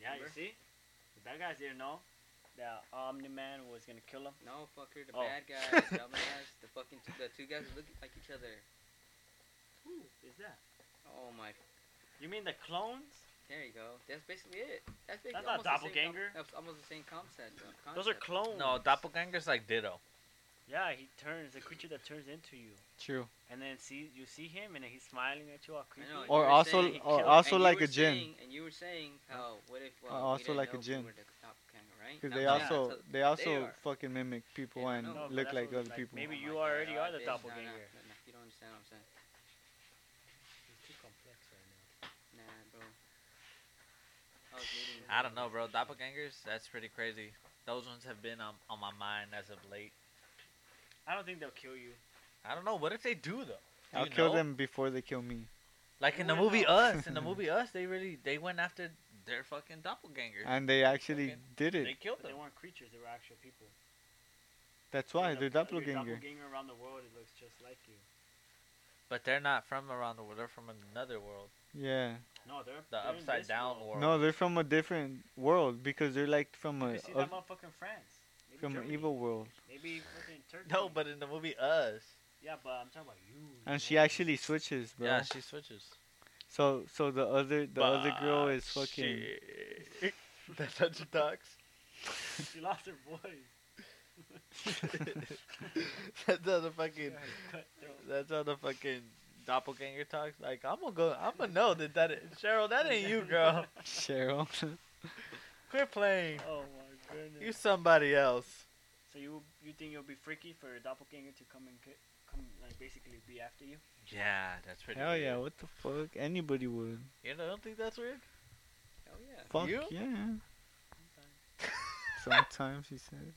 Yeah, you
Remember?
see, the bad guys didn't know that Omni Man was gonna kill him.
No, fucker, the
Oh.
bad guys, the dumbass, the fucking two, the two guys look like each other.
Who is that?
Oh my.
You mean the clones?
There you go. That's basically it. That's basically
That's not
almost the same
doppelganger.
Com- that's almost the same concept. uh,
Those are
concept.
clones.
No, doppelganger's like Ditto.
Yeah, he turns the creature that turns into you,
True.
and then see you see him, and then he's smiling at you all creepy.
know,
Or
were
also,
saying he
or
killed-
also
And you
like
were
a gin,
saying- and you were saying how what if well,
also
we didn't
like a
know if we
jinn.
were the doppelganger, right?
because
Now
they
we know
also
that's
they
how
also
are.
fucking mimic people
Yeah, I
and
know. No,
but
look
that's
like
what-
other
like,
people.
maybe
Oh
you
my
already
God,
are the
bitch, nah, nah,
doppelganger.
nah, nah, you don't understand what I'm saying.
He's too complex right now.
Nah, bro. I was reading
I don't know, bro.
about this
Doppelgangers, that's pretty crazy. Those ones have been on, on my mind as of late.
I don't think they'll kill you.
I don't know. What if they do though? Do
I'll
you
kill
know?
them before they kill me.
Like in the
wouldn't
movie
know.
Us. In the movie Us, they really they went after their fucking doppelgangers.
And they actually
Fucking-
did
They
it.
killed
But
them.
they weren't creatures; they were actual people.
That's why
And
they're
the- your
doppelganger.
Doppelganger around the world, it looks just like you.
But they're not from around the world. They're from another world,
Yeah.
No, they're
the
they're in
upside
this
down
world.
world.
No, they're from a different world because they're like from a,
You see
a-
that motherfucking France. Maybe
uh, from an
Germany.
evil world.
Maybe fucking Turkey.
no, but in the movie Us,
yeah, but I'm talking about you.
And she
man.
actually switches, bro.
yeah, she switches.
So so the other the other girl is fucking
Shit. That's how she talks.
she lost her voice.
That's how the fucking.
Yeah, cutthroat.
That's how the fucking doppelganger talks. Like I'm gonna go. I'm gonna know that that is- Cheryl. That ain't you, girl.
Cheryl.
Quit playing.
Oh my goodness.
You somebody else.
so you you think you'll be freaky for a doppelganger to come and ki- come like basically be after you?
Yeah, that's pretty.
Hell yeah,
weird.
what the fuck? Anybody would.
You know, don't think that's weird.
one. Hell Oh, yeah.
Fuck
You?
yeah. Sometimes he said.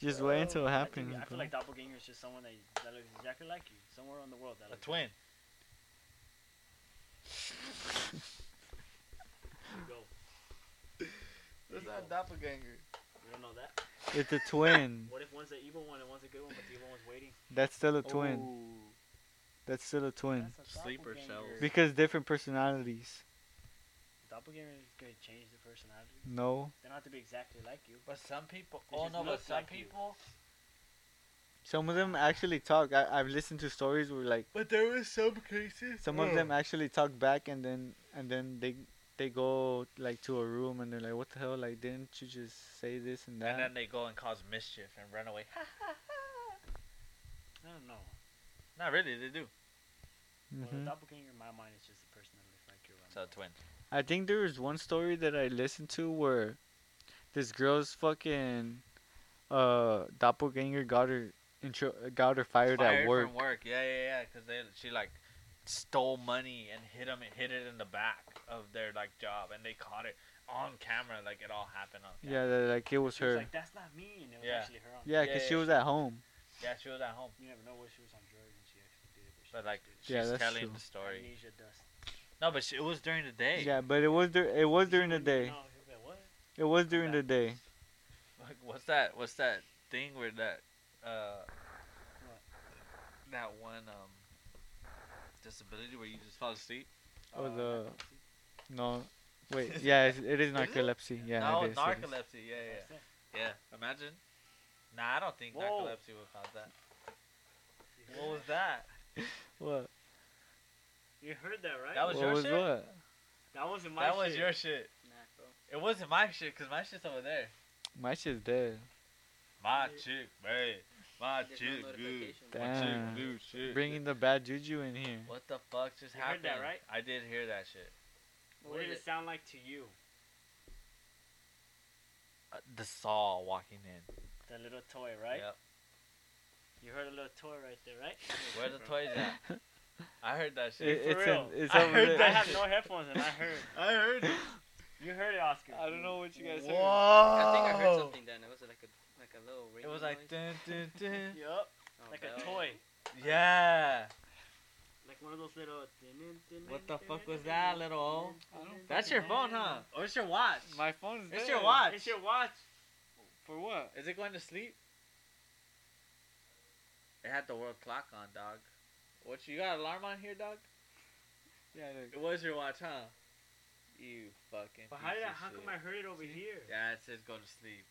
Just wait until it
I think-
happens,
I feel
bro.
like doppelganger is just someone that, that looks exactly like you, somewhere on the world. That
A
looks
twin.
Like you. Go.
That's
not a
doppelganger.
You don't know that.
It's a twin.
What if one's the evil one and one's a good one, but the evil one's waiting?
That's still a twin.
Oh.
That's still a twin.
That's a
Sleeper
doppelganger.
cells.
Because different personalities.
Doppelganger is gonna change the personality.
No.
They don't have to be exactly like you.
But some people.
They
oh
just
no, but
look
some
like you.
people.
Some of them actually talk. I, I've listened to stories where like
But there was some cases. Oh.
some of them actually talk back and then and then they they go like to a room and they're like, "What the hell? Like, didn't you just say this and that?"
And then they go and cause mischief and run away.
I don't know.
Not really, they do.
Well,
Mhm.
the doppelganger in my mind is just a person that looks like um, you.
It's a twin.
I think there was one story that I listened to where this girl's fucking uh doppelganger got her intro got her fired, at work.
From work. Yeah, yeah, yeah. Because they she like stole money and hit them and hit it in the back of their like job, and they caught it on camera. Like it all happened on.
Yeah,
Camera.
that, like it was
She was
her.
like, that's not me. And it was
Yeah.
actually her on
Yeah, 'cause
Yeah,
she
yeah,
was at home.
Yeah, she was at home,
You never know what she was on drugs and she actually did it. But, she
but like
just
she's
did it.
Yeah, that's
telling
true.
the story.
Amnesia dust.
No, but she, it was during the day.
Yeah, but it was dur- it was
You
during the
wouldn't even
day.
know. You'd be like, what?
It was during the day.
Like, what's that? What's that thing where that, uh,
What?
that one um disability where you just fall asleep?
Oh,
Uh,
the no, wait, yeah, it's, it is narcolepsy. Yeah,
no,
it is. it is.
narcolepsy. Yeah,
that's
yeah,
it.
yeah. Imagine. Nah, I don't think
Whoa.
narcolepsy would cause that.
You heard
What was
that?
that?
What?
You heard that, right?
That was
what
Oh, your
was
shit?
what?
That wasn't my
that was
shit.
your shit.
Nah, bro.
It wasn't my shit, cause my shit's over there.
My shit's dead.
My
Yeah.
chick, man. My
There's no
chick, good.
notification, bro.
My chick,
Damn.
good shit.
Bringing the bad juju in here.
What the fuck just
You heard
happened?
that, right?
I did hear that shit.
What
What did
is
it sound like to you?
Uh, the saw walking in.
The little toy, right?
Yep.
You heard a little toy right there, right?
Where the toys at? I heard that
It,
shit.
it's
real.
in- it's
I
over
heard
there.
I have no headphones and I heard.
I heard it.
You heard it, Oscar.
I don't know what you guys
Whoa.
heard.
I think I
Oh.
heard something then. It was like a like a little.
It
ringing
was like
noise.
dun, dun, dun.
Yup.
Oh,
Like
bell.
a toy.
Yeah.
Like one of those little.
What the fuck was that, little old? That's your phone, huh? Or it's your watch.
My phone's dead.
It's your watch.
It's your watch.
For what?
Is it going to sleep? It had the world clock on, dog. What you got alarm on here, dog?
Yeah. Look.
It was your watch, huh? You fucking.
But how
piece
did I,
of
how come
shit.
I heard it over here?
Yeah, it says go to sleep.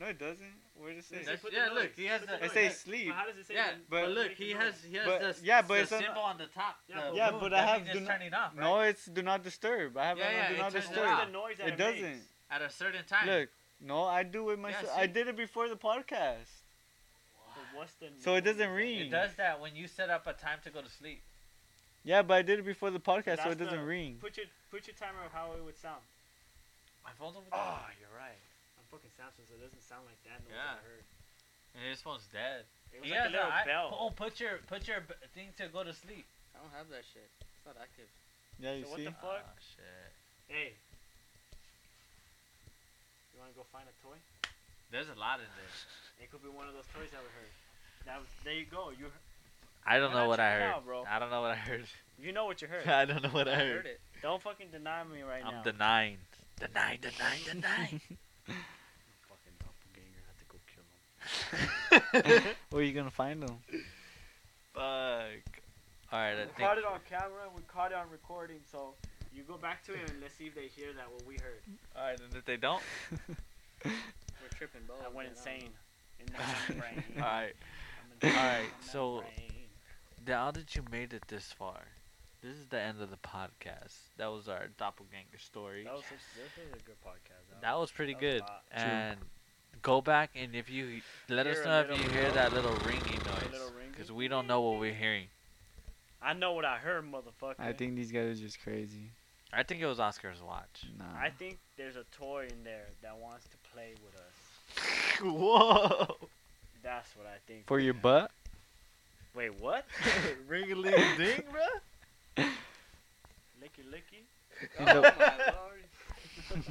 No, it doesn't. Where does it
It
say?
That's-
put the
yeah,
noise.
look, he has
Put
the.
the
It
noise.
says
But
sleep.
how does it say?
Yeah,
when-
but-
when
look,
it
he
ignores?
has he has
But-
the, s-
yeah, but
the
it's on-
symbol on the top.
Yeah,
the
Yeah,
moon.
but I
that
have
means
do
it's
not-
turning off.
No,
right?
it's do not disturb. I have
Yeah,
it on
yeah,
do
it
not
turns
What's
it
disturb.
off.
the noise that
It
it,
doesn't.
makes?
at a certain time.
Look, no, I do it myself. I
see?
did it before the podcast,
But what's the
so it
noise
doesn't
that
ring.
it does that when you set up a time to go to sleep.
Yeah, but I did it before the podcast,
That's
so it doesn't
the-
ring.
Put your put your timer of how it would sound.
My phone's over there.
Ah,
Oh, you're right. I'm fucking Samsung, so it doesn't sound like that noise
Yeah.
I heard.
And his phone's dead.
It was
He
like
has
a little
I-
bell.
Oh, put your put your b- thing to go to sleep.
I don't have that shit. It's not active.
Yeah, you
so what
see.
the fuck?
Oh shit.
Hey. You wanna go find a toy?
There's a lot in there.
It could be one of those toys that we heard. That was, there you go. You he-
I don't
Why
know
not
what
check
I
it
heard.
out, bro?
I don't know what I heard.
you know what you heard.
I don't know what I
I
heard.
heard it.
Don't fucking deny me right
I'm
now.
denying. Deny, deny, deny.
fucking doppelganger. Had to go kill him.
Where Oh, you gonna find them?
Fuck. All right, I
We
think.
caught it on camera. We caught it on recording. So you go back to it and let's see if they hear that what we heard.
All right, and if they don't,
We're tripping balls.
I went
man. don't
insane. In the brain.
all right.
I'm
All
insane
right,
in my
so-
brain.
Now that you made it this far, this is the end of the podcast. That was our doppelganger story.
That was, such- this was a good podcast. though.
That was pretty
That was
good.
a lot.
And go back and if you let us
Hear a
know if
little
you hear
ring.
that little ringing noise,
little ringing.
because we don't know what we're hearing.
I know what I heard, motherfucker.
I think these guys are just crazy.
I think it was Oscar's watch.
Nah.
I think there's a toy in there that wants to play with us.
Whoa!
That's what I think.
For your butt?
Wait, what?
Ring a little ding, bro.
Licky licky.
In
Oh
the-
my lord.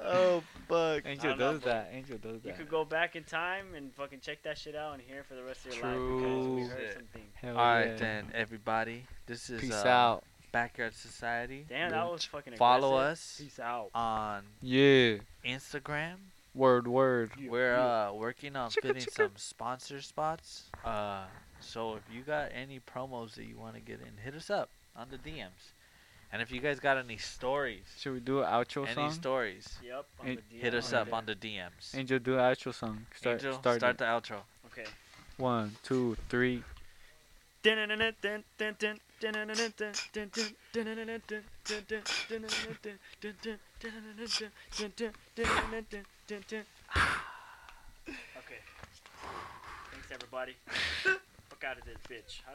Oh fuck!
Angel
don't know,
does
bro.
that. Angel does
You
that.
could go back in time and fucking check that shit out and hear it for the rest of your life because we
True.
heard
Shit.
something.
Hell
All right
Oh, yeah.
then, everybody. This is
Peace
uh,
out.
Backyard Society.
Damn,
Yeah.
that was fucking.
Follow
aggressive.
us
Peace out.
on
Yeah.
Instagram.
Word, word.
We're uh, working on fitting some sponsor spots. Uh, so if you got any promos that you want to get in, hit us up on the DMs. And if you guys got any stories,
Should we do an outro
any
song?
stories,
Yep. on
Hey,
the
hit
DM
us
right
up on
there.
the DMs.
Angel, do an outro song. Start,
Angel,
start,
start
it.
the outro.
Okay.
One, two, three. Okay. Thanks everybody. Fuck out of this bitch. How